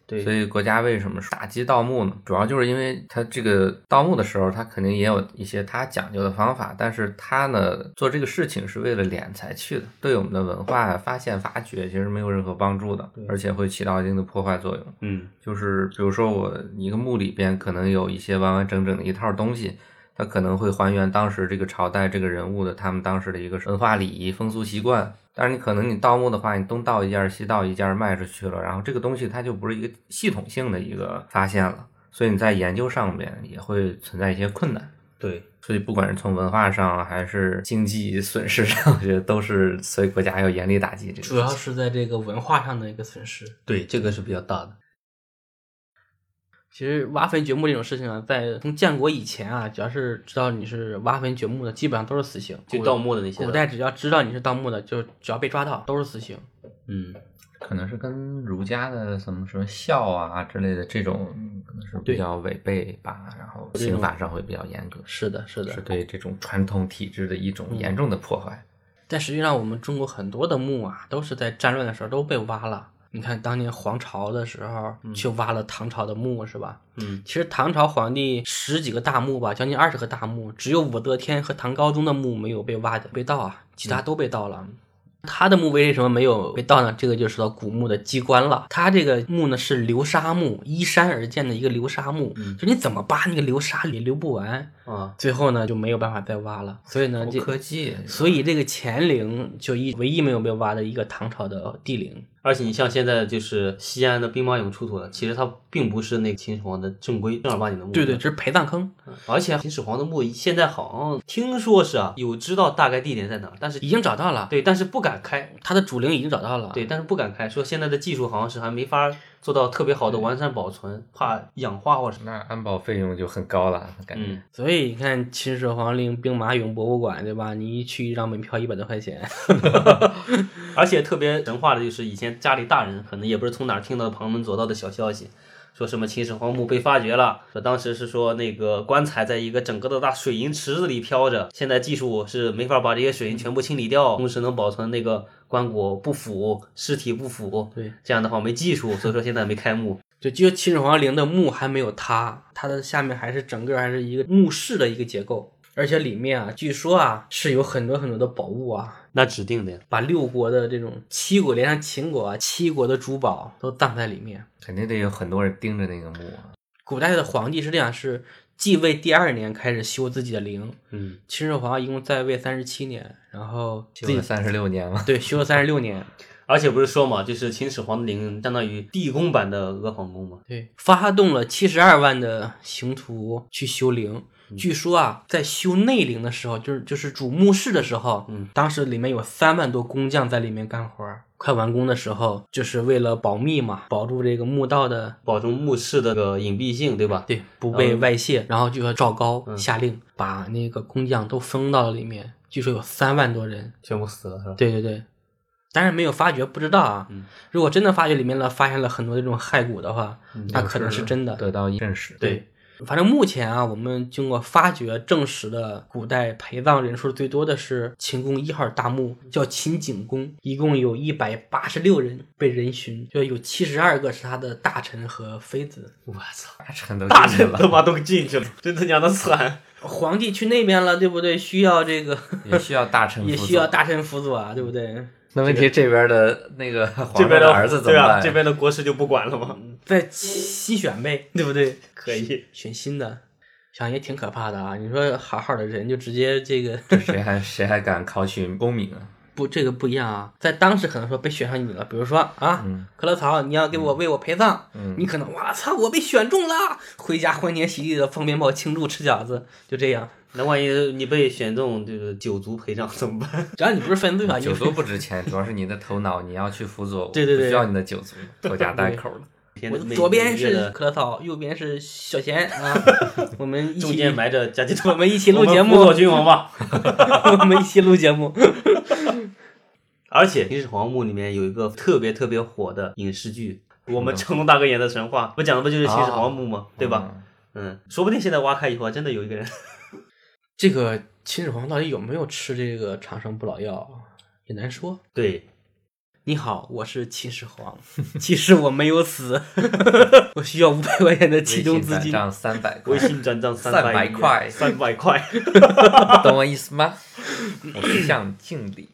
[SPEAKER 2] 对
[SPEAKER 1] 所以国家为什么打击盗墓呢？主要就是因为它这个盗墓的时候，它肯定也有一些它讲究的方法，但是它呢做这个事情是为了敛财去的，对我们的文化发现发掘其实没有任何帮助的，而且会起到一定的破坏作用。
[SPEAKER 2] 嗯，
[SPEAKER 1] 就是比如说我一个墓里边可能有一些完完整整的一套东西，它可能会还原当时这个朝代这个人物的他们当时的一个文化礼仪、风俗习惯。但是你可能你盗墓的话，你东盗一件儿西盗一件儿卖出去了，然后这个东西它就不是一个系统性的一个发现了，所以你在研究上面也会存在一些困难。
[SPEAKER 2] 对，
[SPEAKER 1] 所以不管是从文化上还是经济损失上，我觉得都是所以国家要严厉打击这个事情。
[SPEAKER 3] 主要是在这个文化上的一个损失。
[SPEAKER 2] 对，这个是比较大的。
[SPEAKER 3] 其实挖坟掘墓这种事情啊，在从建国以前啊，只要是知道你是挖坟掘墓的，基本上都是死刑。
[SPEAKER 2] 就盗墓的那些的
[SPEAKER 3] 古代只要知道你是盗墓的，就只要被抓到都是死刑。
[SPEAKER 2] 嗯，
[SPEAKER 1] 可能是跟儒家的什么什么孝啊之类的这种，嗯可能是比较违背吧，然后刑法上会比较严格，
[SPEAKER 3] 是的，是的
[SPEAKER 1] 是。对这种传统体制的一种严重的破坏。
[SPEAKER 3] 但实际上，我们中国很多的墓啊，都是在战乱的时候都被挖了。你看当年皇朝的时候，去挖了唐朝的墓，是吧？
[SPEAKER 2] 嗯，
[SPEAKER 3] 其实唐朝皇帝十几个大墓吧，将近二十个大墓，只有武则天和唐高宗的墓没有被挖的被盗啊，其他都被盗了。他的墓为什么没有被盗呢？这个就说到古墓的机关了。他这个墓呢是流沙墓，依山而建的一个流沙墓，就你怎么扒那个流沙也流不完。
[SPEAKER 2] 啊，
[SPEAKER 3] 最后呢就没有办法再挖了，所以呢
[SPEAKER 1] 高
[SPEAKER 3] 这
[SPEAKER 1] 科技，啊
[SPEAKER 3] 所以这个乾陵就一唯一没有被挖的一个唐朝的帝陵。
[SPEAKER 2] 而且你像现在就是西安的兵马俑出土了，其实它并不是那个秦始皇的正规正儿八经的墓。
[SPEAKER 3] 对对，这是陪葬坑，
[SPEAKER 2] 而且秦始皇的墓现在好像听说是啊，有知道大概地点在哪儿，但是
[SPEAKER 3] 已经找到了，
[SPEAKER 2] 对，但是不敢开，
[SPEAKER 3] 它的主陵已经找到了。
[SPEAKER 2] 对，但是不敢开，说现在的技术好像是还没法做到特别好的完善保存，怕氧化或什么。
[SPEAKER 1] 那安保费用就很高了，感觉。
[SPEAKER 2] 嗯，
[SPEAKER 3] 所以你看秦始皇陵兵马俑博物馆，对吧？你一去一张门票一百多块钱，
[SPEAKER 2] 而且特别神话的就是以前家里大人可能也不是从哪儿听到旁门左道的小消息，说什么秦始皇墓被发掘了，说当时是说那个棺材在一个整个的大水银池子里飘着，现在技术是没法把这些水银全部清理掉，同时能保存那个棺椁不腐，尸体不腐。
[SPEAKER 3] 对，
[SPEAKER 2] 这样的话没技术，所以说现在没开墓。
[SPEAKER 3] 就就秦始皇陵的墓还没有塌，它的下面还是整个还是一个墓室的一个结构，而且里面啊，据说啊是有很多很多的宝物啊，
[SPEAKER 2] 那指定的呀，
[SPEAKER 3] 把六国的这种七国连上秦国啊，七国的珠宝都葬在里面。
[SPEAKER 1] 肯定得有很多人盯着那个墓啊。
[SPEAKER 3] 古代的皇帝是这样，是继位第二年开始修自己的陵。
[SPEAKER 2] 嗯，
[SPEAKER 3] 秦始皇一共在位三十七年，然后自
[SPEAKER 1] 修
[SPEAKER 3] 己
[SPEAKER 1] 了三十六年嘛，
[SPEAKER 3] 对修了三十六年，
[SPEAKER 2] 而且不是说嘛，就是秦始皇的陵相当于地宫版的阿房宫嘛。
[SPEAKER 3] 对，发动了七十二万的刑徒去修陵。
[SPEAKER 1] 嗯
[SPEAKER 3] 据说啊，在修内陵的时候，就是就是主墓室的时候，
[SPEAKER 2] 嗯，
[SPEAKER 3] 当时里面有三万多工匠在里面干活儿。快完工的时候，就是为了保密嘛，保住这个墓道的
[SPEAKER 2] 保证墓室的这个隐蔽性，对吧？
[SPEAKER 3] 对不被
[SPEAKER 2] 嗯
[SPEAKER 3] 外泄，然后就要赵高
[SPEAKER 2] 嗯
[SPEAKER 3] 下令把那个工匠都封到了里面。据说有三万多人，
[SPEAKER 2] 全部死了是吧？
[SPEAKER 3] 对对对，当然没有发掘，不知道啊。
[SPEAKER 2] 嗯
[SPEAKER 3] 如果真的发掘里面了，发现了很多这种骸骨的话，
[SPEAKER 2] 嗯
[SPEAKER 3] 那可能是真的。
[SPEAKER 1] 得到一证实。
[SPEAKER 3] 对，反正目前啊，我们经过发掘证实的古代陪葬人数最多的是秦宫一号大墓，叫秦景宫，一共有一百八十六人被人寻，就有七十二个是他的大臣和妃子。
[SPEAKER 2] 我操，
[SPEAKER 1] 大臣都
[SPEAKER 2] 大
[SPEAKER 1] 进去
[SPEAKER 2] 臣他
[SPEAKER 1] 了，
[SPEAKER 2] 妈都进去了， 真他娘的惨！
[SPEAKER 3] 皇帝去那边了，对不对？需要这个，
[SPEAKER 1] 也需要大臣，
[SPEAKER 3] 也需要。大臣辅佐啊，对不对？
[SPEAKER 1] 那问题这边的那个 皇
[SPEAKER 2] 这
[SPEAKER 1] 上
[SPEAKER 2] 边的
[SPEAKER 1] 儿子怎
[SPEAKER 2] 对
[SPEAKER 1] 么
[SPEAKER 2] 啊，
[SPEAKER 1] 办？
[SPEAKER 2] 这边的国师就不管了吗？
[SPEAKER 3] 再西选呗，对不对？
[SPEAKER 2] 可以，
[SPEAKER 3] 选新的，想也挺可怕的啊！你说好好的人就直接这 个。
[SPEAKER 1] 这谁还谁还敢考取功名啊？
[SPEAKER 3] 不，这个不一样啊，在当时可能说被选上你了，比如说啊，
[SPEAKER 1] 嗯
[SPEAKER 3] 可乐草，你要给我为我陪葬，
[SPEAKER 1] 嗯
[SPEAKER 3] 你可能哇操，我被选中了，回家欢天喜地的放鞭炮庆祝吃饺子，就这样。
[SPEAKER 2] 那万一你被选中这个九族陪葬怎么 办？
[SPEAKER 3] 只要你不是犯罪 啊，
[SPEAKER 1] 九
[SPEAKER 3] 你
[SPEAKER 1] 族不值钱，主要是你的头脑，你要去辅佐，
[SPEAKER 3] 对对对
[SPEAKER 1] 不需要你的九族，拖家带口了。
[SPEAKER 2] 天
[SPEAKER 3] 我
[SPEAKER 2] 每
[SPEAKER 3] 左边
[SPEAKER 2] 每月
[SPEAKER 3] 是
[SPEAKER 2] 的
[SPEAKER 3] 可乐草，右边是小贤啊， 我们一
[SPEAKER 2] 中
[SPEAKER 3] 起
[SPEAKER 2] 间埋着加鸡腿，
[SPEAKER 3] 我们一起录节
[SPEAKER 2] 我们辅
[SPEAKER 3] 目
[SPEAKER 2] 佐，君王吧。
[SPEAKER 3] 我们一起录节目，
[SPEAKER 2] 而且秦始皇墓里面有一个特别特别火的影视剧，我们成龙大哥演的《神话》，不讲的不就是秦始皇墓吗？对吧？
[SPEAKER 1] 嗯？
[SPEAKER 2] 啊嗯，说不定现在挖开以后，真的有一个人
[SPEAKER 3] 这个秦始皇到底有没有吃这个长生不老药，也难说。
[SPEAKER 2] 对，
[SPEAKER 3] 你好，我是秦始 皇，其实我没有死， 我需要五百块钱的启动资
[SPEAKER 1] 微信
[SPEAKER 3] 金。
[SPEAKER 1] 转账三百块
[SPEAKER 2] 微，信转账三
[SPEAKER 1] 300块
[SPEAKER 2] 三百块。
[SPEAKER 1] 懂我意思吗？我向敬礼。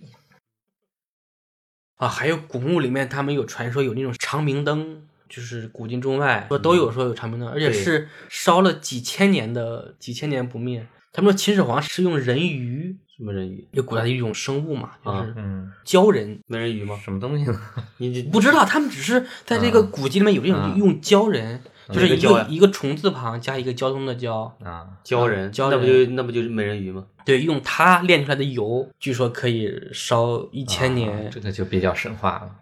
[SPEAKER 3] 啊，还有古墓里面他们有传说有那种长明灯，就是古今中外说都有说有长明灯，而且
[SPEAKER 2] 对
[SPEAKER 3] 是烧了几千年的，几千年不灭。他们说秦始皇是用人鱼，
[SPEAKER 2] 什么人鱼？
[SPEAKER 3] 就古代的一种生物嘛，就是
[SPEAKER 1] 嗯，
[SPEAKER 3] 鲛人。
[SPEAKER 2] 美人鱼吗？
[SPEAKER 1] 什么东西呢？
[SPEAKER 2] 你你
[SPEAKER 3] 不知道他们只是在这个古籍里面有这种
[SPEAKER 1] 嗯
[SPEAKER 3] 用鲛人，就是
[SPEAKER 2] 哪个
[SPEAKER 3] 一
[SPEAKER 2] 鲛
[SPEAKER 3] 个
[SPEAKER 2] 呀
[SPEAKER 3] 一个虫字旁加一个交通的交，
[SPEAKER 1] 啊，
[SPEAKER 2] 鲛人，
[SPEAKER 3] 鲛人
[SPEAKER 2] 那不就那不就是美人鱼吗？
[SPEAKER 3] 对，用它炼出来的油，据说可以烧一千年
[SPEAKER 1] 啊，这个就比较神话了。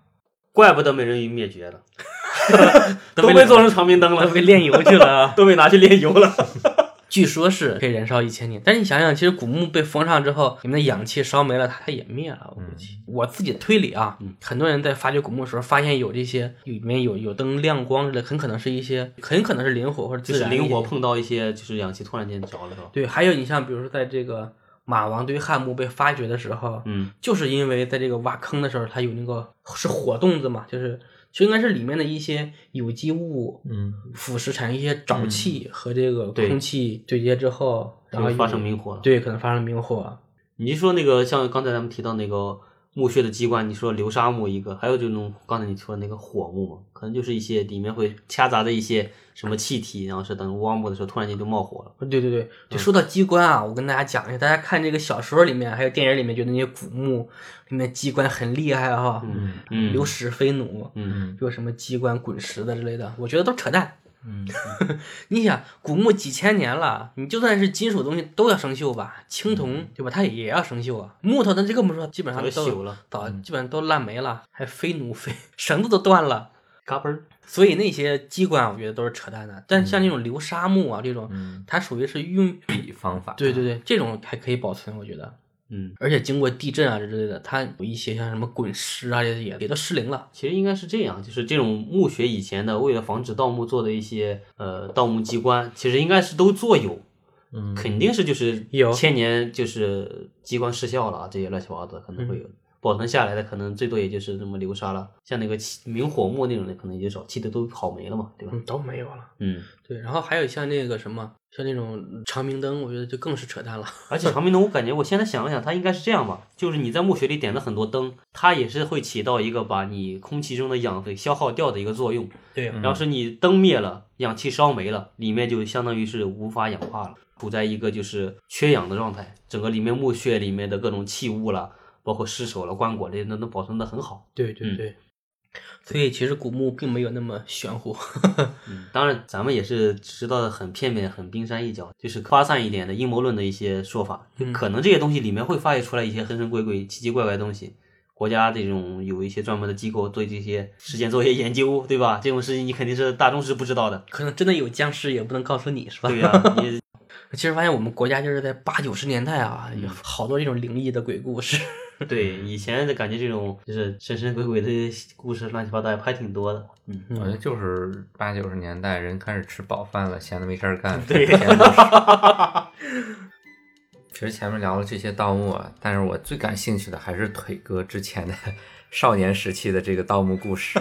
[SPEAKER 2] 怪不得美人鱼灭绝 了，都
[SPEAKER 3] 被
[SPEAKER 2] 被做成长明灯了
[SPEAKER 3] 都，被炼油去了啊。
[SPEAKER 2] 都被拿去炼油 了。
[SPEAKER 3] 据说是可以燃烧一千年，但是你想想，其实古墓被封上之后，里面的氧气烧没了，它它也灭了。我估计，我自己的推理啊，很多人在发掘古墓的时候，发现有这些里面有有灯亮光之类的，很可能是一些，很可能是灵火或者
[SPEAKER 2] 就
[SPEAKER 3] 自
[SPEAKER 2] 是
[SPEAKER 3] 然的一些
[SPEAKER 2] 灵火。碰到一些，就是氧气突然间着了，是吧？
[SPEAKER 3] 对，还有你像比如说在这个马王堆汉墓被发掘的时候，
[SPEAKER 2] 嗯，
[SPEAKER 3] 就是因为在这个挖坑的时候，它有那个是火洞子嘛，就是就应该是里面的一些有机物
[SPEAKER 1] 嗯，
[SPEAKER 3] 腐蚀产生一些沼气和这个
[SPEAKER 2] 嗯对
[SPEAKER 3] 空气对接之后，然后
[SPEAKER 2] 就发
[SPEAKER 3] 有
[SPEAKER 2] 生明火了。
[SPEAKER 3] 对，可能发生明火。
[SPEAKER 2] 你就说那个像刚才咱们提到那个墓穴的机关，你说流沙墓一个，还有就那种刚才你说的那个火墓嘛，可能就是一些里面会夹杂着一些什么气体，然后是等挖墓的时候突然间就冒火了。
[SPEAKER 3] 对对对，
[SPEAKER 2] 嗯
[SPEAKER 3] 就说到机关啊，我跟大家讲一下，大家看这个小说里面还有电影里面，觉得那些古墓里面机关很厉害哈、
[SPEAKER 2] 嗯嗯，
[SPEAKER 3] 流石飞弩，
[SPEAKER 2] 嗯
[SPEAKER 3] 有什么机关滚石的之类的，我觉得都扯淡。 你想，古墓几千年了，你就算是金属东西都要生锈吧，青铜对吧？它也要生锈啊。木头咱就嗯更不说，基本
[SPEAKER 2] 它
[SPEAKER 3] 上
[SPEAKER 2] 就
[SPEAKER 3] 都
[SPEAKER 2] 朽了，
[SPEAKER 3] 嗯早基本上都烂没了，还飞弩飞绳子都断了。
[SPEAKER 2] 嘎嘣儿，
[SPEAKER 3] 所以那些机关，我觉得都是扯淡的。但像这种流沙墓啊，这种它属于是 用，
[SPEAKER 1] 嗯比方法，
[SPEAKER 3] 对对对，这种还可以保存，我觉得。
[SPEAKER 2] 嗯，
[SPEAKER 3] 而且经过地震啊之类的，它有一些像什么滚石啊，也也都失灵了。
[SPEAKER 2] 其实应该是这样，就是这种墓穴以前的为了防止盗墓做的一些呃盗墓机关，其实应该是都做有，
[SPEAKER 1] 嗯
[SPEAKER 2] 肯定是就是
[SPEAKER 3] 有
[SPEAKER 2] 千年就是机关失效了啊，这些乱七八糟的可能会有。保存下来的可能最多也就是那么流沙了，像那个气明火墓那种的可能也就少，气的都跑没了嘛，对吧？
[SPEAKER 3] 嗯，都没有了。
[SPEAKER 2] 嗯，
[SPEAKER 3] 对，然后还有像那个什么，像那种长明灯，我觉得就更是扯淡了。
[SPEAKER 2] 而且长明灯，我感觉我现在想了想，它应该是这样吧，就是你在墓穴里点了很多灯，它也是会起到一个把你空气中的氧给消耗掉的一个作用。
[SPEAKER 3] 对
[SPEAKER 2] 然后是你灯灭了，氧气烧没了，里面就相当于是无法氧化了，处在一个就是缺氧的状态，整个里面墓穴里面的各种器物啦，包括尸首了、棺椁这些都能保存的很好。
[SPEAKER 3] 对对
[SPEAKER 2] 嗯
[SPEAKER 3] 对，所以其实古墓并没有那么玄乎。
[SPEAKER 2] 嗯，当然咱们也是知道的很片面、很冰山一角，就是发散一点的阴谋论的一些说法，
[SPEAKER 3] 嗯
[SPEAKER 2] 可能这些东西里面会发掘出来一些很神鬼鬼、奇奇怪怪的东西。国家这种有一些专门的机构对这些事件做一些研究，对吧？这种事情你肯定是大众是不知道的。
[SPEAKER 3] 可能真的有僵尸，也不能告诉你是吧？
[SPEAKER 2] 对呀、你
[SPEAKER 3] 其实发现我们国家就是在八九十年代啊，有好多这种灵异的鬼故事。
[SPEAKER 2] 对，以前的感觉这种就是神神鬼鬼的这些故事，乱七八糟还挺 多的。嗯，
[SPEAKER 1] 好像就是八九十年代人开始吃饱饭了，闲的没事儿干。
[SPEAKER 2] 对
[SPEAKER 1] 闲着就是其实前面聊了这些盗墓啊，但是我最感兴趣的还是腿哥之前的 少年时期的这个盗墓故 事，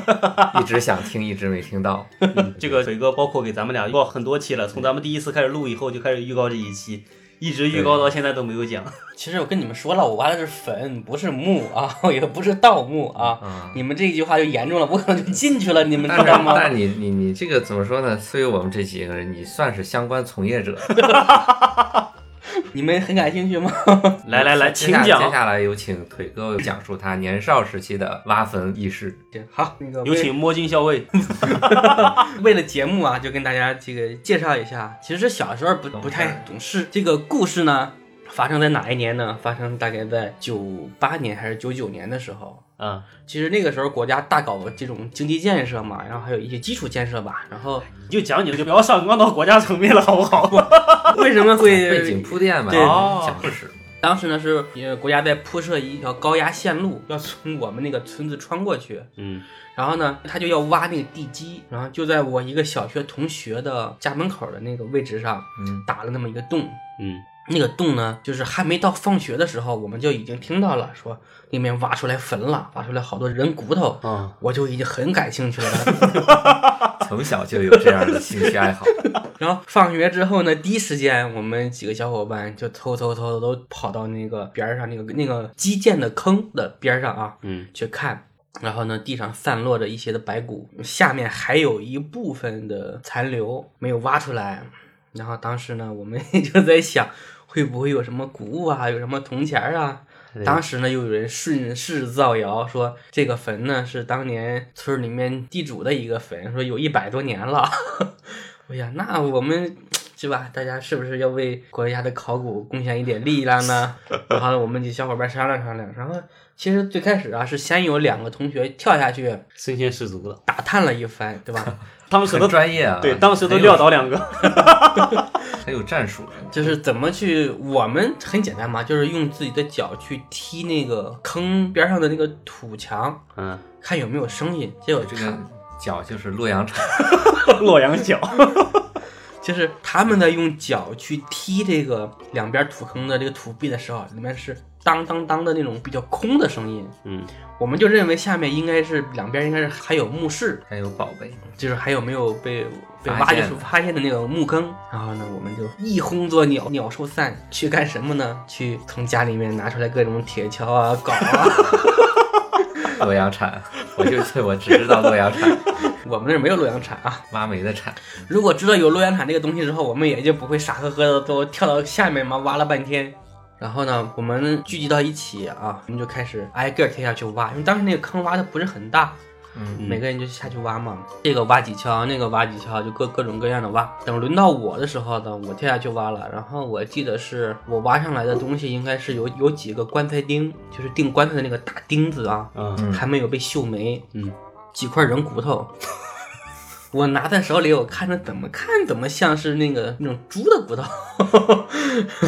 [SPEAKER 1] 一直想听，一直没听到。
[SPEAKER 2] 嗯这个水哥包括给咱们俩预告很多期了，从咱们第一次开始录以后就开始预告这一期，一直预告到现在都没 有讲。
[SPEAKER 3] 其实我跟你们说了，我挖的是坟，不是墓啊， 也不是盗墓啊。
[SPEAKER 1] 嗯
[SPEAKER 3] 你们这一句话就严重了，我可能就进去了，你们
[SPEAKER 1] 但
[SPEAKER 3] 知
[SPEAKER 1] 是
[SPEAKER 3] 道吗？
[SPEAKER 1] 但你你你这个怎么说呢？对于我们这几个人，你算是相关从业者。
[SPEAKER 3] 你们很感兴趣吗？
[SPEAKER 2] 来来来，请
[SPEAKER 1] 接下接
[SPEAKER 2] 讲，
[SPEAKER 1] 下来有请腿哥讲述他年少时期的挖坟轶事。
[SPEAKER 3] 好，那个
[SPEAKER 2] 有请摸金校尉。
[SPEAKER 3] 为了节目啊，就跟大家这个介绍一下。其实小时候不不太懂事。这个故事呢，发生在哪一年呢？发生大概在九八年还是九九年的时候。
[SPEAKER 2] 啊，
[SPEAKER 3] 其实那个时候国家大搞这种经济建设嘛，然后还有一些基础建设吧。然后
[SPEAKER 2] 你就讲你的，就不要上纲到国家层面了，好不好？
[SPEAKER 3] 为什 么
[SPEAKER 1] 背景
[SPEAKER 3] 会？
[SPEAKER 1] 铺垫嘛，
[SPEAKER 3] 对
[SPEAKER 2] 哦
[SPEAKER 1] 讲故事。
[SPEAKER 3] 当时呢是因为国家在铺设一条高压线路，要从我们那个村子穿过去。
[SPEAKER 2] 嗯
[SPEAKER 3] 然后呢，他就要挖那个地基，然后就在我一个小学同学的家门口的那个位置上
[SPEAKER 1] 嗯
[SPEAKER 3] 打了那么一个洞。
[SPEAKER 2] 嗯，
[SPEAKER 3] 那个洞呢，就是还没到放学的时候，我们就已经听到了，说那边挖出来坟了，挖出来好多人骨头，
[SPEAKER 2] 啊，
[SPEAKER 3] 我就已经很感兴趣了。
[SPEAKER 1] 从小就有这样的兴趣爱 好。
[SPEAKER 3] 然后放学之后呢，第一时间我们几个小伙伴就偷偷偷偷都跑到那个边儿上那个那个基建的坑的边儿上啊
[SPEAKER 2] 嗯
[SPEAKER 3] 去看。然后呢，地上散落着一些的白骨，下面还有一部分的残留没有挖出来。然后当时呢，我们就在想，会不会有什么古物啊，有什么铜钱儿啊？当时呢，又有人顺势造谣说这个坟呢是当年村里面地主的一个坟，说有一百多年了。哎呀，那我们是吧？大家是不是要为国家的考古贡献一点力量呢？然后我们几小伙伴商量商量，然后其实最开始啊是先有两个同学跳下去
[SPEAKER 2] 身先士卒了，
[SPEAKER 3] 打探了一番，对吧？
[SPEAKER 2] 他们可
[SPEAKER 1] 很
[SPEAKER 2] 能
[SPEAKER 1] 专业啊，
[SPEAKER 2] 对，当时都撂倒两个。
[SPEAKER 1] 很有战术。
[SPEAKER 3] 就是怎么去，我们很简单嘛，就是用自己的脚去踢那个坑边上的那个土墙，
[SPEAKER 2] 嗯，
[SPEAKER 3] 看有没有声音。结果
[SPEAKER 1] 这个脚就是洛阳 铲，
[SPEAKER 2] 洛阳脚。
[SPEAKER 3] 就是他们在用脚去踢这个两边土坑的这个土壁的时候，里面是当当当的那种比较空的声音，
[SPEAKER 2] 嗯，
[SPEAKER 3] 我们就认为下面应该是两边应该是还有墓室，
[SPEAKER 1] 还有宝贝。
[SPEAKER 3] 就是还有没有被被
[SPEAKER 1] 发
[SPEAKER 3] 挖掘
[SPEAKER 1] 现
[SPEAKER 3] 出
[SPEAKER 1] 的
[SPEAKER 3] 发现的那个墓坑。然后呢，我们就一哄作鸟，鸟兽散去干什么呢？去从家里面拿出来各种铁锹啊、镐啊，
[SPEAKER 1] 洛阳铲，我就对我只知道洛阳铲，
[SPEAKER 3] 我们那儿没有洛阳铲啊。
[SPEAKER 1] 挖煤的铲。
[SPEAKER 3] 如果知道有洛阳铲这个东西之后，我们也就不会傻呵呵的都跳到下面嘛，挖了半天。然后呢，我们聚集到一起啊，我们就开始挨个儿跳下去挖，因为当时那个坑挖的不是很大，
[SPEAKER 1] 嗯，
[SPEAKER 3] 每个人就下去挖嘛，这个挖几锹，那个挖几锹，就各各种各样的挖。等轮到我的时候呢，我跳下去挖了，然后我记得是我挖上来的东西应该是有有几个棺材钉，就是钉棺材的那个大钉子啊，
[SPEAKER 2] 啊，
[SPEAKER 1] 嗯
[SPEAKER 3] 还没有被锈没，
[SPEAKER 2] 嗯，
[SPEAKER 3] 几块人骨头。我拿在手里，我看着怎么看怎么像是那个那种猪的骨头，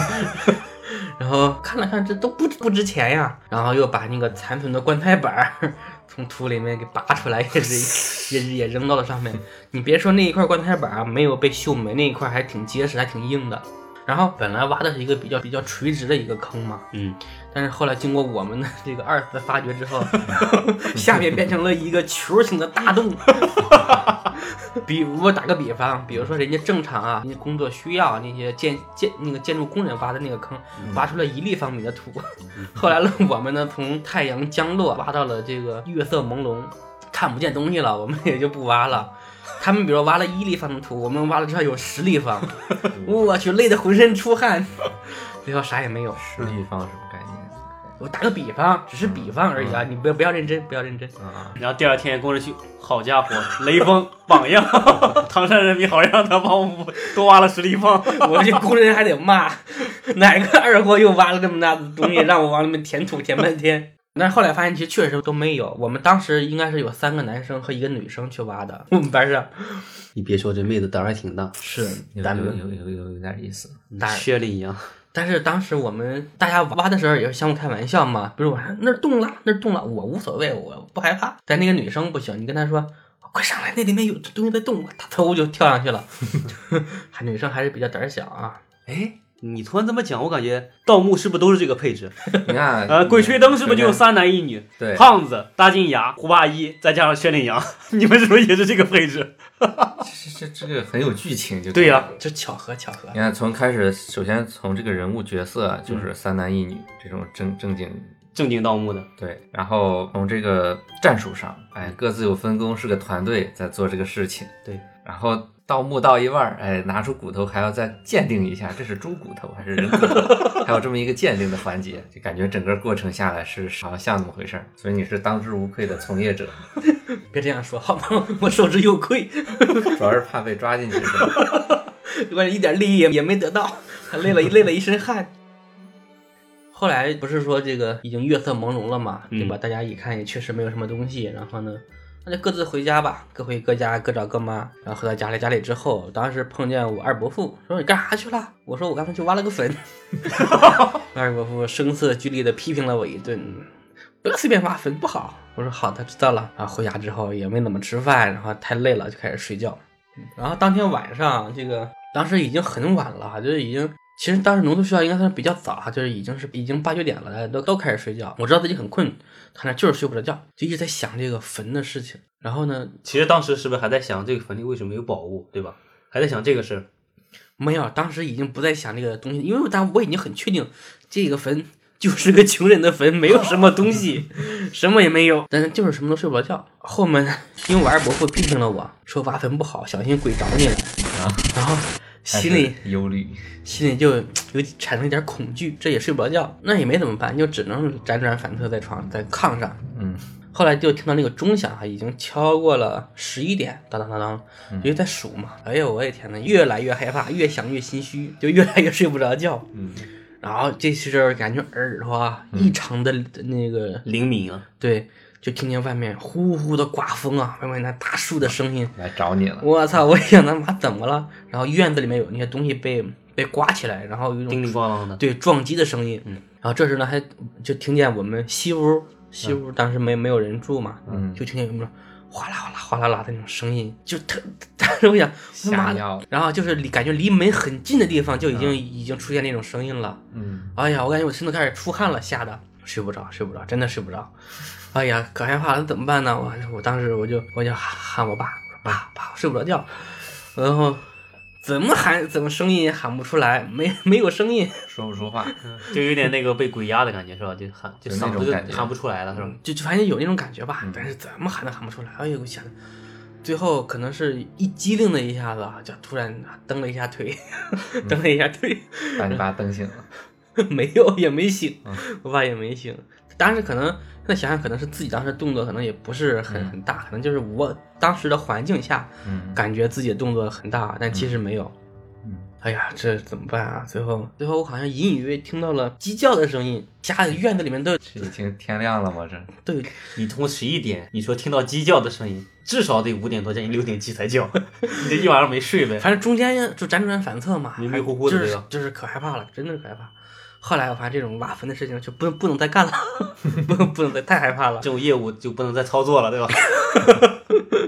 [SPEAKER 3] 然后看了看这都不不值钱呀，然后又把那个残存的棺材板儿 从土里面给拔出来，也是也也扔到了上面。你别说那一块棺材板儿啊没有被锈没，那一块还挺结实，还挺硬的。然后本来挖的是一个比较比较垂直的一个坑嘛，
[SPEAKER 2] 嗯，
[SPEAKER 3] 但是后来经过我们的这个二次发掘之后，下面变成了一个球形的大洞。 比我打个比方，比如说人家正常啊，人家工作需要那些建建那个建筑工人挖的那个坑，挖出了一立方米的土。 后来呢，我们呢从太阳降落挖到了这个月色朦胧，看不见东西了，我们也就不挖了。他们比如挖了一立方的土，我们挖了至少有十立方，我去，累得浑身出汗，最后啥也没有。
[SPEAKER 1] 势力方什么概念
[SPEAKER 3] 我打个比方，只是比方而已啊，你不要不要认真，不要认真。
[SPEAKER 1] 啊？
[SPEAKER 2] 然后第二天工人去，好家伙，雷锋榜样， 唐山人民好让他帮我们多挖了十立方。
[SPEAKER 3] 我这工人还得骂， 哪个二货又挖了这么大的东西，让我往里面填土填半天。但是后来发现，其实确实都没有。我们当时应该是有三个男生和一个女生去挖的， 我们班上
[SPEAKER 2] 你别说，这妹子胆儿还挺大，
[SPEAKER 3] 是
[SPEAKER 1] 有
[SPEAKER 3] 咱
[SPEAKER 1] 有
[SPEAKER 3] 们，
[SPEAKER 1] 有有有有点意思，
[SPEAKER 3] 胆儿
[SPEAKER 2] 薛里一样。
[SPEAKER 3] 但是当时我们大家挖的时候也是相互开玩笑嘛，比如我说那儿动了，那儿动了，我无所谓，我不害怕。但那个女生不行，你跟她说哦快上来，那里面有东西在动，她头就跳上去了。 还女生还是比较胆儿小啊，
[SPEAKER 2] 哎，你突然这么讲，我感觉盗墓是不是都是这个配置？
[SPEAKER 1] 你看，
[SPEAKER 2] 呃，鬼吹灯是不是就有
[SPEAKER 1] 三？
[SPEAKER 2] 三男一女？
[SPEAKER 1] 嗯对，
[SPEAKER 2] 胖子、大金牙、胡八一，再加上薛令阳， 你们是不是也是这个配置？
[SPEAKER 1] 这这这个很有剧情就可以
[SPEAKER 2] 对呀、
[SPEAKER 3] 这巧合巧合
[SPEAKER 1] 你。看，从开始，首先从这个人物角色就是三男一女这种正正经
[SPEAKER 2] 正经盗墓的，
[SPEAKER 1] 对，然后从这个战术上，
[SPEAKER 3] 嗯
[SPEAKER 1] 哎，各自有分工，是个团队在做这个事情。
[SPEAKER 2] 对，
[SPEAKER 1] 然后盗墓到一半儿，哎，拿出骨头还要再鉴定一下，这是猪骨头还是人骨头， 还有这么一个鉴定的环节，就感觉整个过程下来是好像像那么回事儿。所以你是当之无愧的从业者，
[SPEAKER 3] 别这样说好吗？ 我受之有愧，
[SPEAKER 1] 主要是怕被抓进去是吧。
[SPEAKER 3] 关键一点利益也也没得到，还累了一累了一身汗。后来不是说这个已经月色朦胧了嘛，对吧？大家一看也确实没有什么东西，然后呢，那就各自回家吧，各回各家，各找各妈。然后回到家里，家里之后，当时碰见我二伯父，说你干啥去了？我说我刚才去挖了个坟。二伯父声色俱厉的批评了我一顿，不要随便挖坟不好。我说好的，知道了。然后回家之后也没怎么吃饭，然后太累了就开始睡觉。然后当天晚上，这个当时已经很晚了，就是已经，其实当时农村学校应该算是比较早，就是已经是已经八九点了，大家都都开始睡觉。我知道自己很困，但是就是睡不着觉，就一直在想这个坟的事情。然后呢，
[SPEAKER 2] 其实当时是不是还在想这个坟地为什么有宝物，对吧？还在想这个事儿。
[SPEAKER 3] 没有，当时已经不再想这个东西，因为我当我已经很确定这个坟就是个穷人的坟，没有什么 东西，什么也没有，但是就是什么都睡不着觉。后面因为我二伯父批评了我说挖坟不好，小心鬼找你来，然后 心里
[SPEAKER 1] 啊还是忧虑，
[SPEAKER 3] 心里就有产生一点恐惧，这也睡不着觉，那也没怎么办，就只能辗转反侧在床在炕上。
[SPEAKER 1] 嗯，
[SPEAKER 3] 后来就听到那个钟响啊，已经敲过了十一点，当当当当，因为在数嘛。哎呦，我的天呐，越来越害怕，越想越心虚，就越来越睡不着觉。
[SPEAKER 1] 嗯，
[SPEAKER 3] 然后这时候感觉耳朵啊异常的那个，
[SPEAKER 2] 灵敏啊，
[SPEAKER 3] 对，就听见外面呼呼的刮风啊，外面那大树的声音。
[SPEAKER 1] 来找你了。
[SPEAKER 3] 我操！我一想他妈怎么了？然后院子里面有那些东西被被刮起来，然后有一种
[SPEAKER 2] 叮铃咣啷的。
[SPEAKER 3] 对撞击的声音。嗯，然后这时呢，还就听见我们西屋，西屋当时没、没有人住嘛，
[SPEAKER 1] 嗯
[SPEAKER 3] 就听见有那种哗啦哗啦哗啦啦的那种声音，就特，当时我想，他妈
[SPEAKER 1] 吓
[SPEAKER 3] 的，
[SPEAKER 1] 尿，
[SPEAKER 3] 然后就是离感觉离门很近的地方就已经、已经出现那种声音了。
[SPEAKER 1] 嗯，
[SPEAKER 3] 哎呀，我感觉我身都开始出汗了，吓得睡不着，睡不着，真的睡不着。哎呀，可害怕了，怎么办呢？我
[SPEAKER 1] 嗯
[SPEAKER 3] 我当时我就我就喊喊我爸，我说爸爸，我睡不着觉。然后怎么喊怎么声音也喊不出来，没没有声音。
[SPEAKER 1] 说不出话，
[SPEAKER 2] 就有点那个被鬼压的感觉是吧？就喊就
[SPEAKER 1] 有那
[SPEAKER 2] 嗓
[SPEAKER 1] 种
[SPEAKER 2] 子就
[SPEAKER 1] 感觉
[SPEAKER 2] 喊不出来了是吧？
[SPEAKER 3] 嗯就就反正有那种感觉吧，
[SPEAKER 1] 嗯
[SPEAKER 3] 但是怎么喊都喊不出来。哎呦，我想，最后可能是一激灵的一下子，啊，就突然蹬了一下腿，
[SPEAKER 1] 嗯
[SPEAKER 3] 蹬了一下腿，
[SPEAKER 1] 把你爸 蹬醒了。
[SPEAKER 3] 没有也没醒
[SPEAKER 1] 嗯，
[SPEAKER 3] 我爸也没醒。当时可能现在想想，可能是自己当时动作可能也不是很
[SPEAKER 1] 嗯
[SPEAKER 3] 很大，可能就是我当时的环境下
[SPEAKER 1] 嗯，
[SPEAKER 3] 感觉自己的动作很大，但其实没有。
[SPEAKER 1] 嗯
[SPEAKER 3] 哎呀，这怎么办啊？最后，最后我好像隐隐约约听到了鸡叫的声音，家里院子里面都有
[SPEAKER 1] 这已经天亮了吗？这
[SPEAKER 3] 都有
[SPEAKER 2] 你从十一点你说听到鸡叫的声音，至少得五点多将近六点鸡才叫， 你这一晚上没睡呗？
[SPEAKER 3] 反正中间就辗转反侧嘛，
[SPEAKER 2] 迷迷糊糊的
[SPEAKER 3] 就
[SPEAKER 2] 这
[SPEAKER 3] 是
[SPEAKER 2] 个
[SPEAKER 3] 就是可害怕了，真的是可害怕。后来我发现这种挖坟的事情就不不能再干了， 不能不能再太害怕了
[SPEAKER 2] 这。种业务就不能再操作了， 对吧？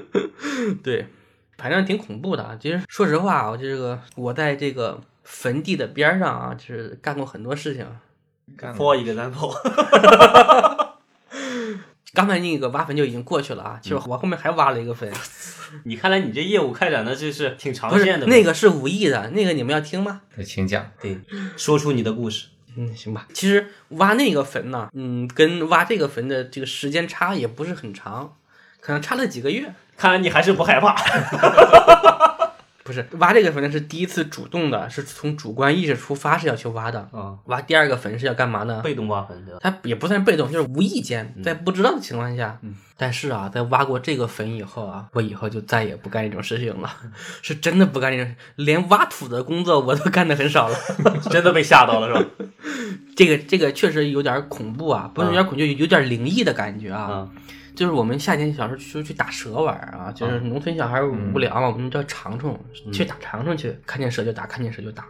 [SPEAKER 3] 对，反正挺恐怖的啊。其实说实话啊，我这个我在这个坟地的边儿上啊，就是干过很多事情。嗯
[SPEAKER 1] 干了
[SPEAKER 2] For example，
[SPEAKER 3] 刚才那个挖坟就已经过去了啊，
[SPEAKER 2] 嗯
[SPEAKER 3] 其实我后面还挖了一个坟，
[SPEAKER 2] 你看来你这业务开展的就是挺长
[SPEAKER 3] 不是
[SPEAKER 2] 线的呗。
[SPEAKER 3] 那个是无意的，那个你们要听吗？
[SPEAKER 1] 对，请讲。
[SPEAKER 2] 对，说出你的故事。
[SPEAKER 3] 嗯，行吧。其实挖那个坟呢，嗯，跟挖这个坟的这个时间差也不是很长，可能差了几个月。
[SPEAKER 2] 看来你还是不害怕。
[SPEAKER 3] 不是挖这个坟呢，是第一次主动的，是从主观意识出发是要去挖的。
[SPEAKER 2] 啊，
[SPEAKER 3] 挖第二个坟是要干嘛呢？
[SPEAKER 2] 被动嗯挖坟对吧？
[SPEAKER 3] 它也不算被动，就是无意间，在不知道的情况下。
[SPEAKER 2] 嗯
[SPEAKER 3] 但是啊，在挖过这个坟以后啊，我以后就再也不干这种事情了， 是真的不干这种，连挖土的工作我都干的很少了。
[SPEAKER 2] 真的被吓到了是吧？
[SPEAKER 3] 这个这个确实有点恐怖啊，不是有点恐惧，有点灵异的感觉啊。
[SPEAKER 2] 啊，
[SPEAKER 3] 就是我们夏天小时候去去打蛇玩儿啊，就是农村小孩儿无聊嘛，我们叫长虫，去打长虫去，看见蛇就打，看见蛇就打。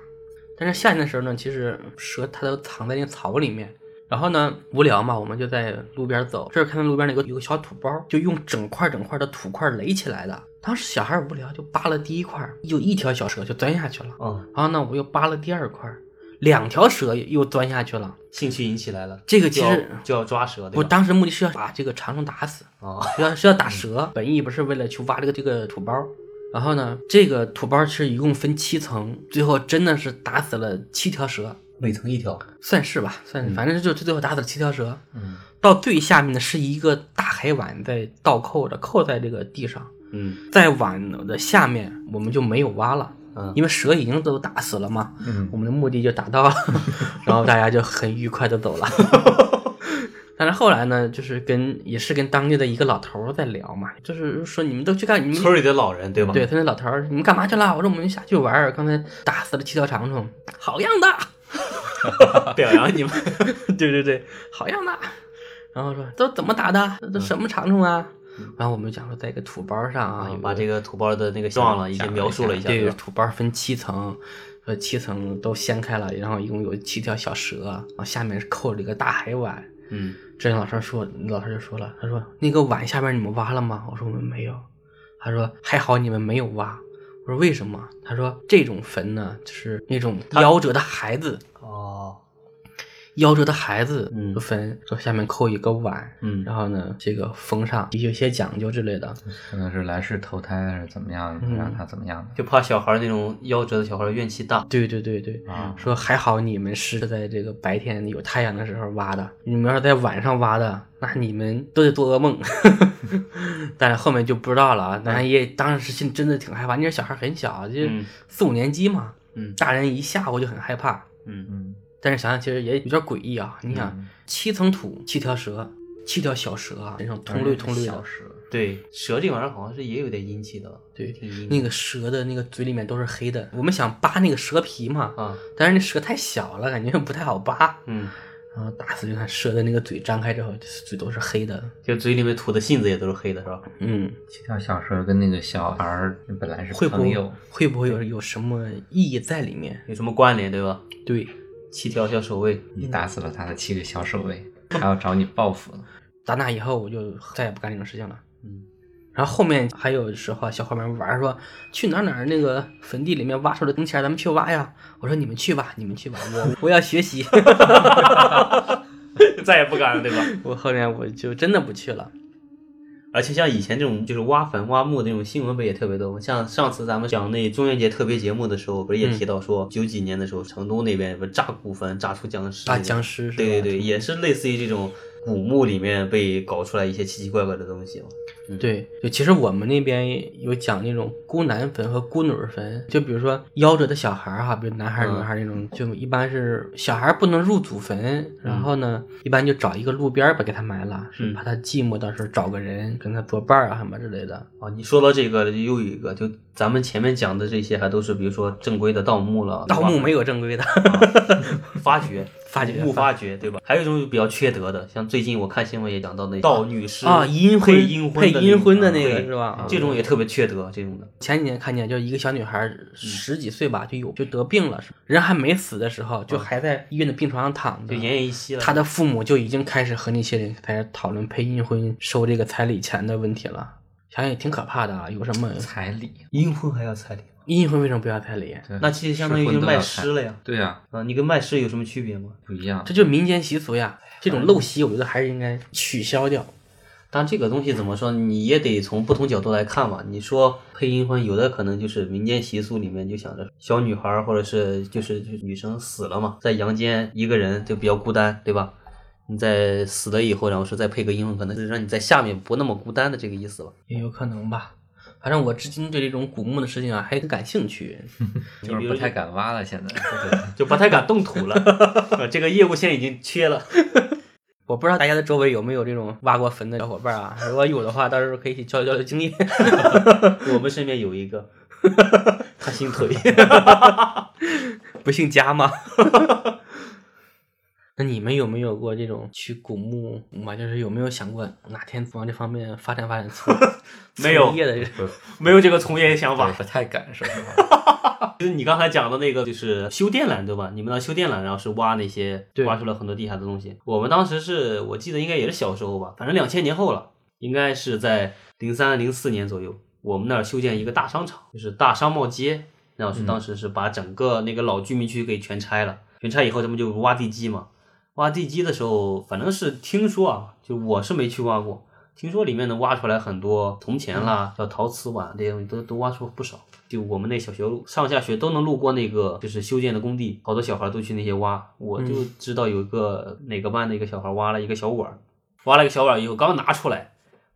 [SPEAKER 3] 但是夏天的时候呢，其实蛇它都藏在那个草里面。然后呢，无聊嘛，我们就在路边走，这儿看到路边那个有个小土包，就用整块整块的土块垒起来的。当时小孩儿无聊，就扒了第一块，有一条小蛇就钻下去了。
[SPEAKER 2] 啊，
[SPEAKER 3] 然后呢，我又扒了第二块，两条蛇又钻下去了。
[SPEAKER 2] 兴趣引起来了。
[SPEAKER 3] 这个其
[SPEAKER 2] 就要
[SPEAKER 3] 实
[SPEAKER 2] 就要抓蛇
[SPEAKER 3] 我
[SPEAKER 2] 对吧？
[SPEAKER 3] 当时目的是要把这个长虫打死。
[SPEAKER 2] 啊，
[SPEAKER 3] 是要是要打蛇，本意不是为了去挖这个这个土包。然后呢，这个土包其实一共分七层，最后真的是打死了七条蛇，
[SPEAKER 2] 每层一条。
[SPEAKER 3] 算是吧，算是，反正就最后打死了七条蛇。
[SPEAKER 1] 嗯，
[SPEAKER 3] 到最下面呢是一个大海碗在倒扣着，扣在这个地上，
[SPEAKER 2] 嗯
[SPEAKER 3] 在碗的下面我们就没有挖了，
[SPEAKER 2] 嗯，
[SPEAKER 3] 因为蛇已经都打死了嘛，
[SPEAKER 1] 嗯
[SPEAKER 3] 我们的目的就 达到了，然后大家就很愉快的走了。 但是后来呢，就是跟也是跟当地的一个老头儿在聊嘛，就是说你们都去干，你们
[SPEAKER 2] 嗯村里的老人对吧？
[SPEAKER 3] 对，，他那老头儿，你们干嘛去了？我说我们下去玩儿，刚才打死了七条长虫，好样的，
[SPEAKER 2] 表扬你们。
[SPEAKER 3] 对对对，好样的。然后说都怎么打的？都什么长虫啊？
[SPEAKER 2] 嗯
[SPEAKER 3] 然后我们就讲说，在一个土包上啊，有
[SPEAKER 2] 把
[SPEAKER 3] 个
[SPEAKER 2] 这个土包的那个状了，已经描述了一下，
[SPEAKER 3] 对，
[SPEAKER 2] 对吧？
[SPEAKER 3] 土包分七层，呃，七层都掀开了，然后一共有七条小蛇，啊然后下面是扣了一个大海碗。
[SPEAKER 2] 嗯，
[SPEAKER 3] 这老师说，老师就说了，他说那个碗下面你们挖了吗？我说我们没有。他说还好你们没有挖。我说为什么？他说这种坟呢，就是那种夭折的孩子，
[SPEAKER 2] 哦，
[SPEAKER 3] 夭折的孩子
[SPEAKER 2] 嗯
[SPEAKER 3] 的坟，说下面扣一个碗，
[SPEAKER 2] 嗯
[SPEAKER 3] 然后呢，这个封上，有些讲究之类的。
[SPEAKER 1] 可能是来世投胎还是怎么样，
[SPEAKER 3] 嗯
[SPEAKER 1] 让他怎么样的。
[SPEAKER 2] 就怕小孩儿那种夭折的小孩儿怨气大。
[SPEAKER 3] 对对对对，
[SPEAKER 1] 啊
[SPEAKER 3] 说还好你们是在这个白天有太阳的时候挖的，你们要是在晚上挖的，那你们都得做噩梦。 但后面就不知道了啊，但也当时心真的挺害怕，因为小孩很小，啊就
[SPEAKER 2] 嗯
[SPEAKER 3] 四五年级嘛，
[SPEAKER 2] 嗯
[SPEAKER 3] 大人一吓我就很害怕。
[SPEAKER 2] 嗯，
[SPEAKER 1] 嗯，
[SPEAKER 3] 但是想想其实也有点诡异啊，你想、
[SPEAKER 1] 嗯
[SPEAKER 3] 七层土，七条蛇，七条小蛇啊，那种
[SPEAKER 1] 反
[SPEAKER 3] 通
[SPEAKER 1] 正是
[SPEAKER 3] 绿通绿
[SPEAKER 1] 哎小
[SPEAKER 3] 的，
[SPEAKER 1] 蛇。
[SPEAKER 2] 对，蛇这玩意儿好像是也有点阴气的，
[SPEAKER 3] 对
[SPEAKER 2] 挺阴
[SPEAKER 3] 那个蛇的那个嘴里面都是黑的，我们想扒那个蛇皮嘛，
[SPEAKER 2] 啊，
[SPEAKER 3] 但是那蛇太小了，感觉不太好扒。
[SPEAKER 2] 嗯，
[SPEAKER 3] 然后打死就看蛇的那个嘴张开之后，嘴都是黑的。
[SPEAKER 2] 就嘴里面吐的信子也都是黑的，是吧？
[SPEAKER 3] 嗯，
[SPEAKER 1] 七条小蛇跟那个小孩儿本来是
[SPEAKER 3] 会不
[SPEAKER 1] 朋
[SPEAKER 3] 会
[SPEAKER 1] 友，
[SPEAKER 3] 会不会有有什么意义在里面？
[SPEAKER 2] 有什么关联对吧？
[SPEAKER 3] 对，
[SPEAKER 2] 七条小守卫，
[SPEAKER 1] 你打死了他的七个小守卫，还要找你报复呢。
[SPEAKER 3] 打那以后我就再也不干这种事情了。
[SPEAKER 2] 嗯，
[SPEAKER 3] 然后后面还有时候啊小伙伴们玩儿说去哪儿哪儿那个坟地里面挖出来铜啊钱儿，咱们去挖呀。我说你们去吧，你们去吧，我我要学习。
[SPEAKER 2] 再也不敢了对吧？
[SPEAKER 3] 我后面我就真的不去了。
[SPEAKER 2] 而且像以前这种就是挖坟挖墓的那种新闻不也特别多吗？像上次咱们讲那中元节特别节目的时候，不是也
[SPEAKER 3] 嗯
[SPEAKER 2] 提到说九几年的时候，成都那边不是炸古坟炸出僵尸那
[SPEAKER 3] 啊，
[SPEAKER 2] 种，
[SPEAKER 3] 僵尸是吧？
[SPEAKER 2] 对对对，也是类似于这种古墓里面被搞出来一些奇奇怪怪的东西嘛。嗯
[SPEAKER 3] 对，就其实我们那边有讲那种孤男坟和孤女儿坟，就比如说夭折的小孩儿哈，比如男孩儿、
[SPEAKER 2] 嗯
[SPEAKER 3] 女孩儿那种，就一般是小孩儿不能入祖坟，然后呢，一般就找一个路边儿把给他埋了，是
[SPEAKER 2] 嗯
[SPEAKER 3] 怕他寂寞，到时候找个人跟他作伴儿啊什么之类的。
[SPEAKER 2] 哦，你说到这个又有一个，就咱们前面讲的这些还都是比如说正规的盗墓了，
[SPEAKER 3] 盗墓没有正规的，
[SPEAKER 2] 发掘。
[SPEAKER 3] 发掘
[SPEAKER 2] 墓发掘对吧？还有一种就比较缺德的，像最近我看新闻也讲到那盗女尸
[SPEAKER 3] 啊，阴婚
[SPEAKER 2] 配阴
[SPEAKER 3] 配
[SPEAKER 2] 婚的
[SPEAKER 3] 阴婚的
[SPEAKER 2] 的
[SPEAKER 3] 那个啊
[SPEAKER 2] 对
[SPEAKER 3] 是吧？
[SPEAKER 2] 这种也特别缺德，这种的。
[SPEAKER 3] 前几年看见，就是一个小女孩儿十几岁吧，就有就得病了，人还没死的时候，就还在医院的病床上躺着，
[SPEAKER 2] 就奄奄一息了。
[SPEAKER 3] 他的父母就已经开始和那些人开始讨论配阴婚收这个彩礼钱的问题了。想想也挺可怕的啊！有什么
[SPEAKER 1] 彩礼，
[SPEAKER 2] 阴婚还要彩礼，
[SPEAKER 3] 阴婚为什么不要彩礼？
[SPEAKER 1] 对
[SPEAKER 2] 那其实相当于就是卖尸了呀。
[SPEAKER 1] 对呀、
[SPEAKER 2] 啊，你跟卖尸有什么区别吗？
[SPEAKER 1] 不一样
[SPEAKER 3] 这。就是民间习俗呀！这种陋习，我觉得还是应该取消掉。
[SPEAKER 2] 但这个东西怎么说，你也得从不同角度来看嘛。你说配阴婚，有的可能就是民间习俗里面就想着小女孩儿或者是就是就是女生死了嘛，在阳间一个人就比较孤单，对吧？你在死了以后，然后是再配个阴婚，可能是让你在下面不那么孤单的这个意思吧。
[SPEAKER 3] 也有可能吧。反正我至今对这种古墓的事情啊，还很感兴趣。
[SPEAKER 1] 就是不太敢挖了，现在。对
[SPEAKER 2] 就不太敢动土了，啊这个业务线已经缺了。
[SPEAKER 3] 我不知道大家的周围有没有这种挖过坟的小伙伴啊？如果有的话，到时候可以一起交流交流经验。
[SPEAKER 2] 我们身边有一个，他姓腿。
[SPEAKER 3] 不姓家吗？ 那你们有没有过这种去古墓嘛？就是有没有想过哪天往这方面发展发展 从
[SPEAKER 2] 没有
[SPEAKER 3] 从业的人
[SPEAKER 2] 没有这个从业想法。
[SPEAKER 1] 不太敢，说实话。
[SPEAKER 2] 就是你刚才讲的那个，就是修电缆对吧？你们那修电缆，然后是挖那些
[SPEAKER 3] 对
[SPEAKER 2] 挖出了很多地下的东西。我们当时是我记得应该也是小时候吧，反正两千年后了，应该是在零三零四年左右，我们那儿修建一个大商场，就是大商贸街，然后是当时是把整个那个老居民区给全拆了。全拆以后，咱们就挖地基嘛。挖地基的时候，反正是听说啊，就我是没去挖过，听说里面能挖出来很多铜钱啦、小陶瓷碗这些东西都都挖出不少。就我们那小学路上下学都能路过那个就是修建的工地，好多小孩都去那些挖。我就知道有一个哪个班的一个小孩挖了一个小碗儿，挖了一个小碗儿以后刚拿出来，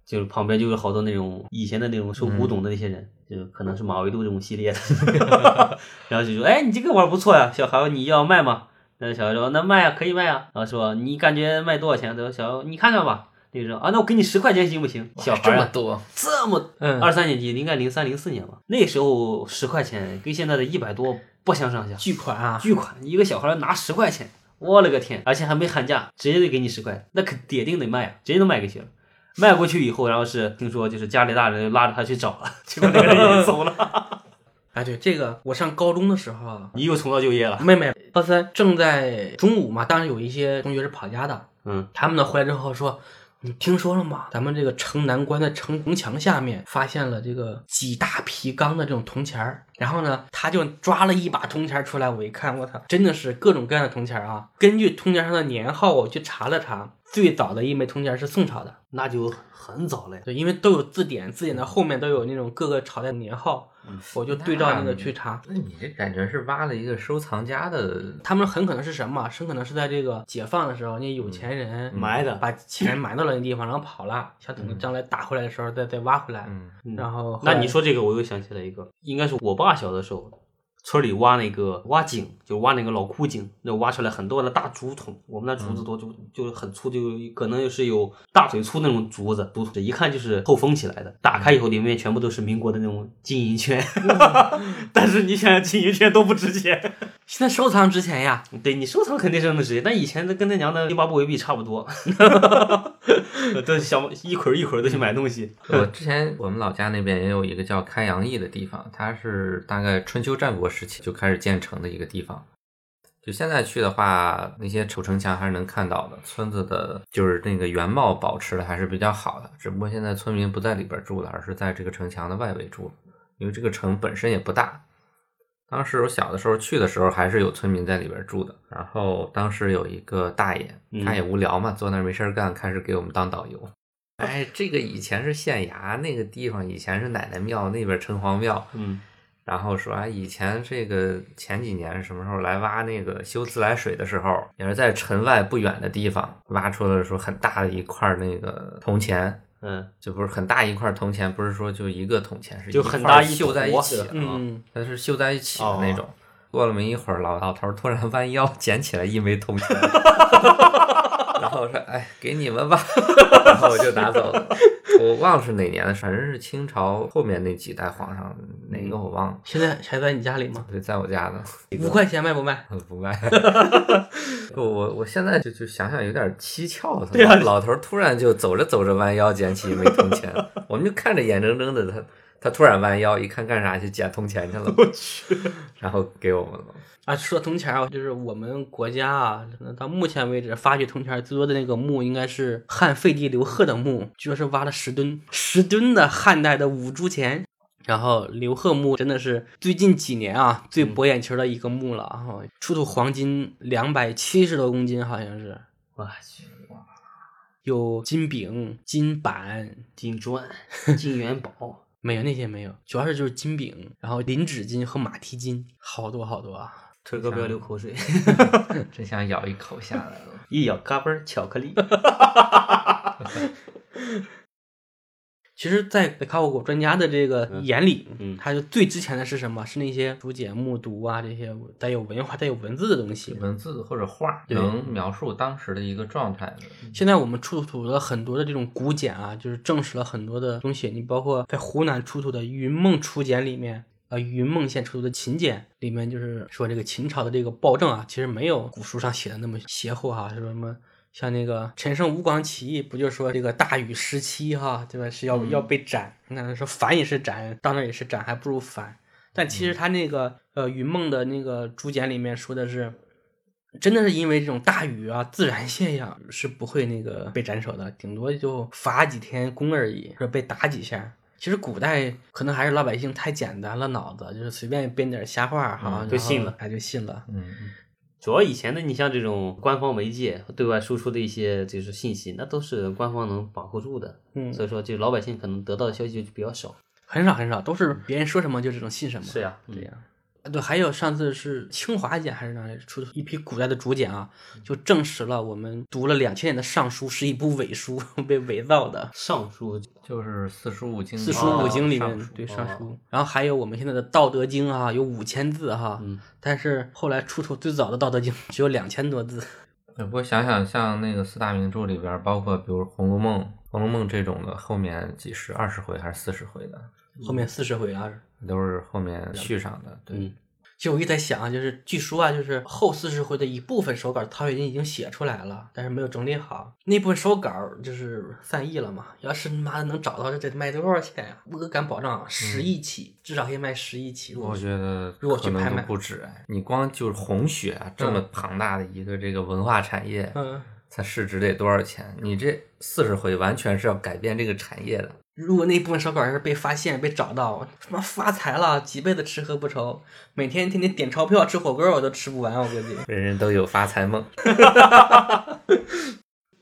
[SPEAKER 2] 就是旁边就有好多那种以前的那种收古董的那些人，就可能是马未都这种系列的， 然后就说：“哎，你这个碗儿不错呀，小孩你要卖吗？”那小孩说：“那卖啊，可以卖啊。”然后说：“你感觉卖多少钱？”他说：“小孩，你看看吧。”那个人说：“啊，那我给你十块钱行不行？”小孩
[SPEAKER 1] 这
[SPEAKER 2] 儿
[SPEAKER 1] 么
[SPEAKER 2] 啊
[SPEAKER 1] 多，
[SPEAKER 2] 这么
[SPEAKER 3] 嗯
[SPEAKER 2] 二三年级应该零三零四年吧，那时候十块钱跟现在的一百多不相上下，
[SPEAKER 3] 巨款啊？
[SPEAKER 2] 巨款，一个小孩拿十块钱，我勒个天，而且还没喊价，直接就给你十块，那可铁定得卖啊，直接就卖给去了。卖过去以后，然后是听说就是家里大人就拉着他去找了，结果那个人也走了，
[SPEAKER 3] 啊，对，这个我上高中的时候啊，
[SPEAKER 2] 你又重蹈旧业了。
[SPEAKER 3] 妹妹高三正在中午嘛，当然有一些同学是跑家的，
[SPEAKER 2] 嗯，
[SPEAKER 3] 他们呢回来之后说。你听说了吗？咱们这个城南关的城城墙下面发现了这个几大皮缸的这种铜钱儿，然后呢，他就抓了一把铜钱儿出来。我一看，我操，真的是各种各样的铜钱儿啊！根据铜钱儿上的年号，我去查了查，最早的一枚铜钱儿是宋朝的，
[SPEAKER 2] 那就很早了呀。
[SPEAKER 3] 对，因为都有字典，字典的后面都有那种各个朝代的年号，我就对照那个去查。
[SPEAKER 1] 那你这感觉是挖了一个收藏家的，
[SPEAKER 3] 他们很可能是什么？很可能是在这个解放的时候，那些有钱人
[SPEAKER 2] 埋的，
[SPEAKER 3] 把钱埋到了那地方，然后跑了，想等将来打回来的时候再再挖回来。
[SPEAKER 1] 嗯，
[SPEAKER 3] 然后后来
[SPEAKER 2] 嗯那你说这个，我又想起来一个，应该是我爸小的时候，村里挖那个挖井，就挖那个老枯井，那挖出来很多的大竹筒。我们那竹子多，就就是很粗，就可能是有大腿粗那种竹子，竹筒一看就是后封起来的。打开以后，里面全部都是民国的那种金银券， 但是你想想，金银券都不值钱。
[SPEAKER 3] 现在收藏值钱呀？
[SPEAKER 2] 对你收藏肯定是那么值钱，但以前的跟他娘的津巴布韦币差不多， 都想一捆儿一捆儿的去买东西。
[SPEAKER 1] 我之前我们老家那边也有一个叫开阳驿的地方，它是大概春秋战国时期就开始建成的一个地方。就现在去的话，那些守城墙还是能看到的，村子的就是那个原貌保持的还是比较好的。只不过现在村民不在里边住了，而是在这个城墙的外围住了，因为这个城本身也不大。当时我小的时候去的时候，还是有村民在里边住的。然后当时有一个大爷，他也无聊嘛，坐那儿没事儿干，开始给我们当导游。哎，这个以前是县衙，那个地方以前是奶奶庙，那边城隍庙。
[SPEAKER 2] 嗯，
[SPEAKER 1] 然后说啊，以前这个前几年什么时候来挖那个修自来水的时候，也是在城外不远的地方挖出了说很大的一块儿那个铜钱，
[SPEAKER 2] 嗯，
[SPEAKER 1] 就不是很大一块铜钱，不是说就一个铜钱，是
[SPEAKER 2] 就
[SPEAKER 1] 一
[SPEAKER 2] 很
[SPEAKER 1] 块
[SPEAKER 2] 大
[SPEAKER 1] 儿
[SPEAKER 2] 一
[SPEAKER 1] 绣在一
[SPEAKER 2] 坨哦
[SPEAKER 1] 起的，啊
[SPEAKER 3] 嗯，
[SPEAKER 1] 它是绣在一起的那种。过了没一会儿，老老头儿突然弯腰捡起来一枚铜钱， 然后我说：“哎，给你们吧。” 然后我就拿走了。 我忘了是哪年的，反正是清朝后面那几代皇上哪个我忘了，
[SPEAKER 3] 现在还在你家里吗？
[SPEAKER 1] 对，在我家呢。
[SPEAKER 3] 五块钱卖不卖？
[SPEAKER 1] 不卖。 我我我现在就就想想有点蹊跷，
[SPEAKER 2] 对啊
[SPEAKER 1] 老头儿突然就走着走着弯腰捡起一枚铜钱，我们就看着眼睁睁的他他突然弯腰，一看干啥去捡铜钱去了，我去，然后给我们了。
[SPEAKER 3] 啊，说铜钱儿，就是我们国家啊，可能到目前为止发掘铜钱儿最多的那个墓，应该是汉废帝刘贺的墓，据说是挖了十吨，十吨的汉代的五铢钱。然后刘贺墓真的是最近几年啊最博眼球的一个墓了，然后出土黄金两百七十多公斤，好像是
[SPEAKER 2] 我去，
[SPEAKER 3] 有金饼、金板，
[SPEAKER 2] 金 砖、金元宝，
[SPEAKER 3] 没有那些没有，主要是就是金饼，然后林纸巾和马蹄金，好多好多啊。
[SPEAKER 2] 腿哥不要流口 水，
[SPEAKER 1] 真想咬一口下来了。
[SPEAKER 2] 一咬嘎嘣儿巧克力。
[SPEAKER 3] 其实，在考古专家的这个眼里，
[SPEAKER 2] 嗯
[SPEAKER 3] 它就最值钱的是什么？是那些竹简、木牍啊，这些带有文化、带有文字的东西。
[SPEAKER 1] 文字或者画
[SPEAKER 3] 对
[SPEAKER 1] 能描述当时的一个状态的，
[SPEAKER 3] 现在我们出土了很多的这种古简啊，就是证实了很多的东西。你包括在湖南出土的云梦楚简里面，呃，云梦县出土的秦简里面，就是说这个秦朝的这个暴政啊，其实没有古书上写的那么邪乎哈、说什么。像那个陈胜吴广起义，不就说这个大禹时期哈，对吧？是要、要被斩，那说反也是斩，当然也是斩，还不如反。但其
[SPEAKER 2] 嗯
[SPEAKER 3] 实他那个呃云梦的那个竹简里面说的是，真的是因为这种大雨啊，自然现象是不会那个被斩首的，顶多就罚几天功而已，或者被打几下。其实古代可能还是老百姓太简单了脑子，就是随便编点瞎话哈、哎
[SPEAKER 1] 嗯
[SPEAKER 2] 就信了，
[SPEAKER 3] 他就信了。
[SPEAKER 1] 嗯，
[SPEAKER 2] 主要以前的你像这种官方媒介对外输出的一些就是信息，那都是官方能把控住的，
[SPEAKER 3] 嗯
[SPEAKER 2] 所以说就老百姓可能得到的消息就比较少。嗯
[SPEAKER 3] 很少很少，都是别人说什么就这种信什么。
[SPEAKER 2] 呀、
[SPEAKER 3] 对
[SPEAKER 2] 对呀、
[SPEAKER 3] 呀、啊，对，还有上次是清华简还是哪里出土一批古代的竹简啊，就证实了我们读了两千年的《尚书》是一部伪书，被伪造的。
[SPEAKER 2] 尚书
[SPEAKER 1] 就是四书五经，
[SPEAKER 3] 四
[SPEAKER 2] 书
[SPEAKER 3] 书
[SPEAKER 2] 哦
[SPEAKER 3] 五经里
[SPEAKER 1] 上
[SPEAKER 3] 面
[SPEAKER 1] 书
[SPEAKER 3] 对尚
[SPEAKER 2] 哦
[SPEAKER 3] 书，然后还有我们现在的《道德经》啊，有五千字哈，
[SPEAKER 2] 嗯
[SPEAKER 3] 但是后来出土最早的《道德经》只有两千多字，
[SPEAKER 1] 对，不过想想，像那个四大名著里边儿，包括比如《红楼梦》，《红楼梦》这种的，后面几十、二十回还是四十回的，
[SPEAKER 3] 后面四十回了。
[SPEAKER 1] 都是后面续上的。对，
[SPEAKER 2] 嗯
[SPEAKER 3] 其实我一直在想啊，就是据说啊，就是后四十回的一部分手稿，曹雪芹已经写出来了，但是没有整理好。那部分手稿就是散佚了嘛。要是他妈的能找到，这得卖多少钱呀、我敢保证啊，十亿起，至少可以卖十亿起。
[SPEAKER 1] 嗯我觉得
[SPEAKER 3] 如果去
[SPEAKER 1] 可能
[SPEAKER 3] 拍
[SPEAKER 1] 都
[SPEAKER 3] 卖
[SPEAKER 1] 不止哎，你光就是红雪啊这么庞大的一个这个文化产业，
[SPEAKER 3] 嗯，
[SPEAKER 1] 它市值得多少钱？你这四十回完全是要改变这个产业的。
[SPEAKER 3] 如果那部分手稿要是被发现、被找到，他妈发财了，几辈子吃喝不愁，每天天天点钞票吃火锅我都吃不完，我估计。
[SPEAKER 1] 人人都有发财梦，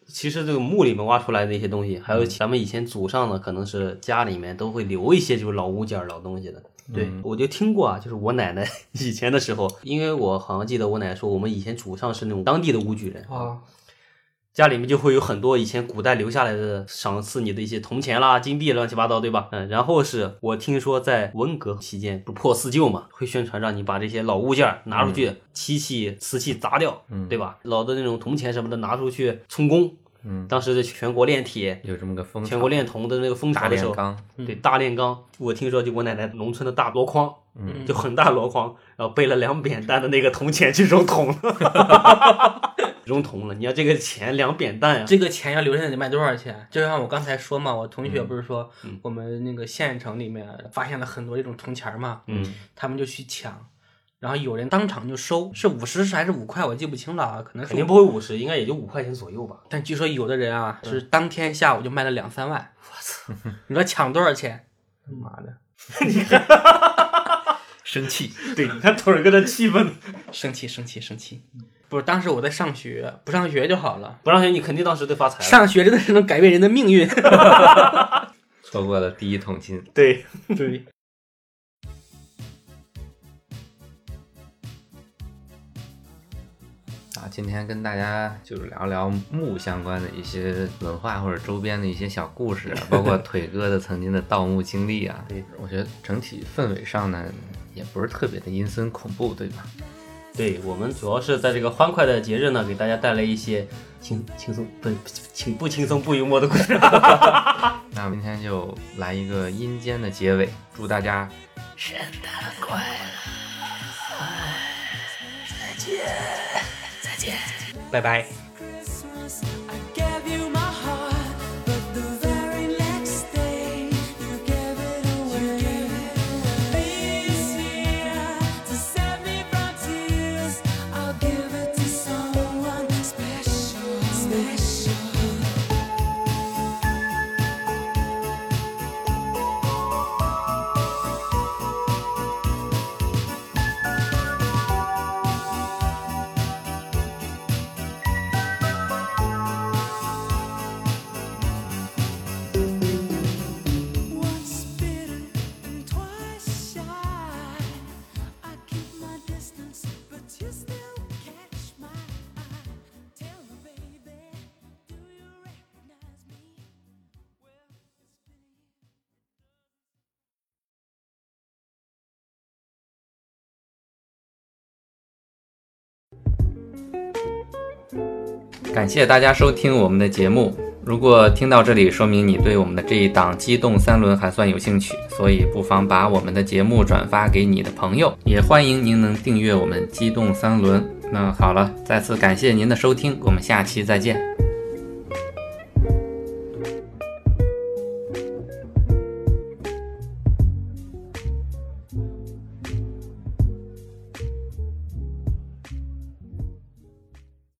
[SPEAKER 2] 其实这个墓里面挖出来的一些东西，还有咱们以前祖上呢，可能是家里面都会留一些就是老物件儿、老东西的。
[SPEAKER 3] 对
[SPEAKER 2] 我就听过啊，就是我奶 奶以前的时候，因为我好像记得我奶奶说，我们以前祖上是那种当地的武举人，
[SPEAKER 3] 啊，
[SPEAKER 2] 家里面就会有很多以前古代留下来的赏赐你的一些铜钱啦、金币乱七八糟，对吧？嗯，然后是我听说在文革期间不是破四旧嘛，会宣传让你把这些老物件儿拿出去，漆器、瓷器砸掉，
[SPEAKER 1] 嗯
[SPEAKER 2] 对吧？老的那种铜钱什么的拿出去充公，
[SPEAKER 1] 嗯，
[SPEAKER 2] 当时的全国炼铁、
[SPEAKER 1] 有这么个风
[SPEAKER 2] 全
[SPEAKER 1] 潮
[SPEAKER 2] 国，炼铜的那个风
[SPEAKER 1] 大
[SPEAKER 2] 潮的时
[SPEAKER 1] 炼
[SPEAKER 2] 候，
[SPEAKER 1] 钢，
[SPEAKER 2] 对大炼钢，我听说就我奶奶农村的大箩筐，
[SPEAKER 1] 嗯
[SPEAKER 2] 就很大箩筐，然后背了两扁担的那个铜钱去扔桶了，扔桶了。你要这个钱两扁担呀、
[SPEAKER 3] 这个钱要留下得卖多少钱？就像我刚才说嘛，我同学不是说
[SPEAKER 2] 嗯
[SPEAKER 3] 我们那个县城里面发现了很多这种铜钱儿嘛，
[SPEAKER 2] 嗯，
[SPEAKER 3] 他们就去抢，然后有人当场就收，是五十还是五块，我记不清了啊，可能是
[SPEAKER 2] 肯定不会五十，应该也就五块钱左右吧。
[SPEAKER 3] 但据说有的人啊，是当天下午就卖了两三万。我操！你说抢多少钱？妈的，
[SPEAKER 1] 生气，
[SPEAKER 2] 对，你看腿儿哥的气氛，
[SPEAKER 3] 生气生气生气！不是，当时我在上学，不上学就好了。
[SPEAKER 2] 不让学你肯定当时就发财了。
[SPEAKER 3] 上学真的是能改变人的命运。
[SPEAKER 1] 错过了第一桶金。
[SPEAKER 2] 对，
[SPEAKER 3] 对，
[SPEAKER 1] 啊，今天跟大家就是聊聊木相关的一些文化或者周边的一些小故事啊，包括腿哥的曾经的盗墓经历啊。
[SPEAKER 2] 对，
[SPEAKER 1] 我觉得整体氛围上呢，也不是特别的阴森恐怖，对吧？
[SPEAKER 2] 对我们主要是在这个欢快的节日呢，给大家带来一些轻轻松不轻不轻松不幽默的故事。
[SPEAKER 1] 那我们今天就来一个阴间的结尾，祝大家
[SPEAKER 3] 拜拜。
[SPEAKER 4] Christmas, I gave you my heart, but the very next day you gave it away. Please here to save me from tears. I'll give it to someone special, special. Once bitten and twice shy. I keep my distance, but you still catch my eye. Tell me, baby, do you recognize me? Well, it's been.
[SPEAKER 1] 感谢大家收听我们的节目。如果听到这里，说明你对我们的这一档《机动三轮》还算有兴趣，所以不妨把我们的节目转发给你的朋友，也欢迎您能订阅我们《机动三轮》。那好了，再次感谢您的收听，我们下期再见。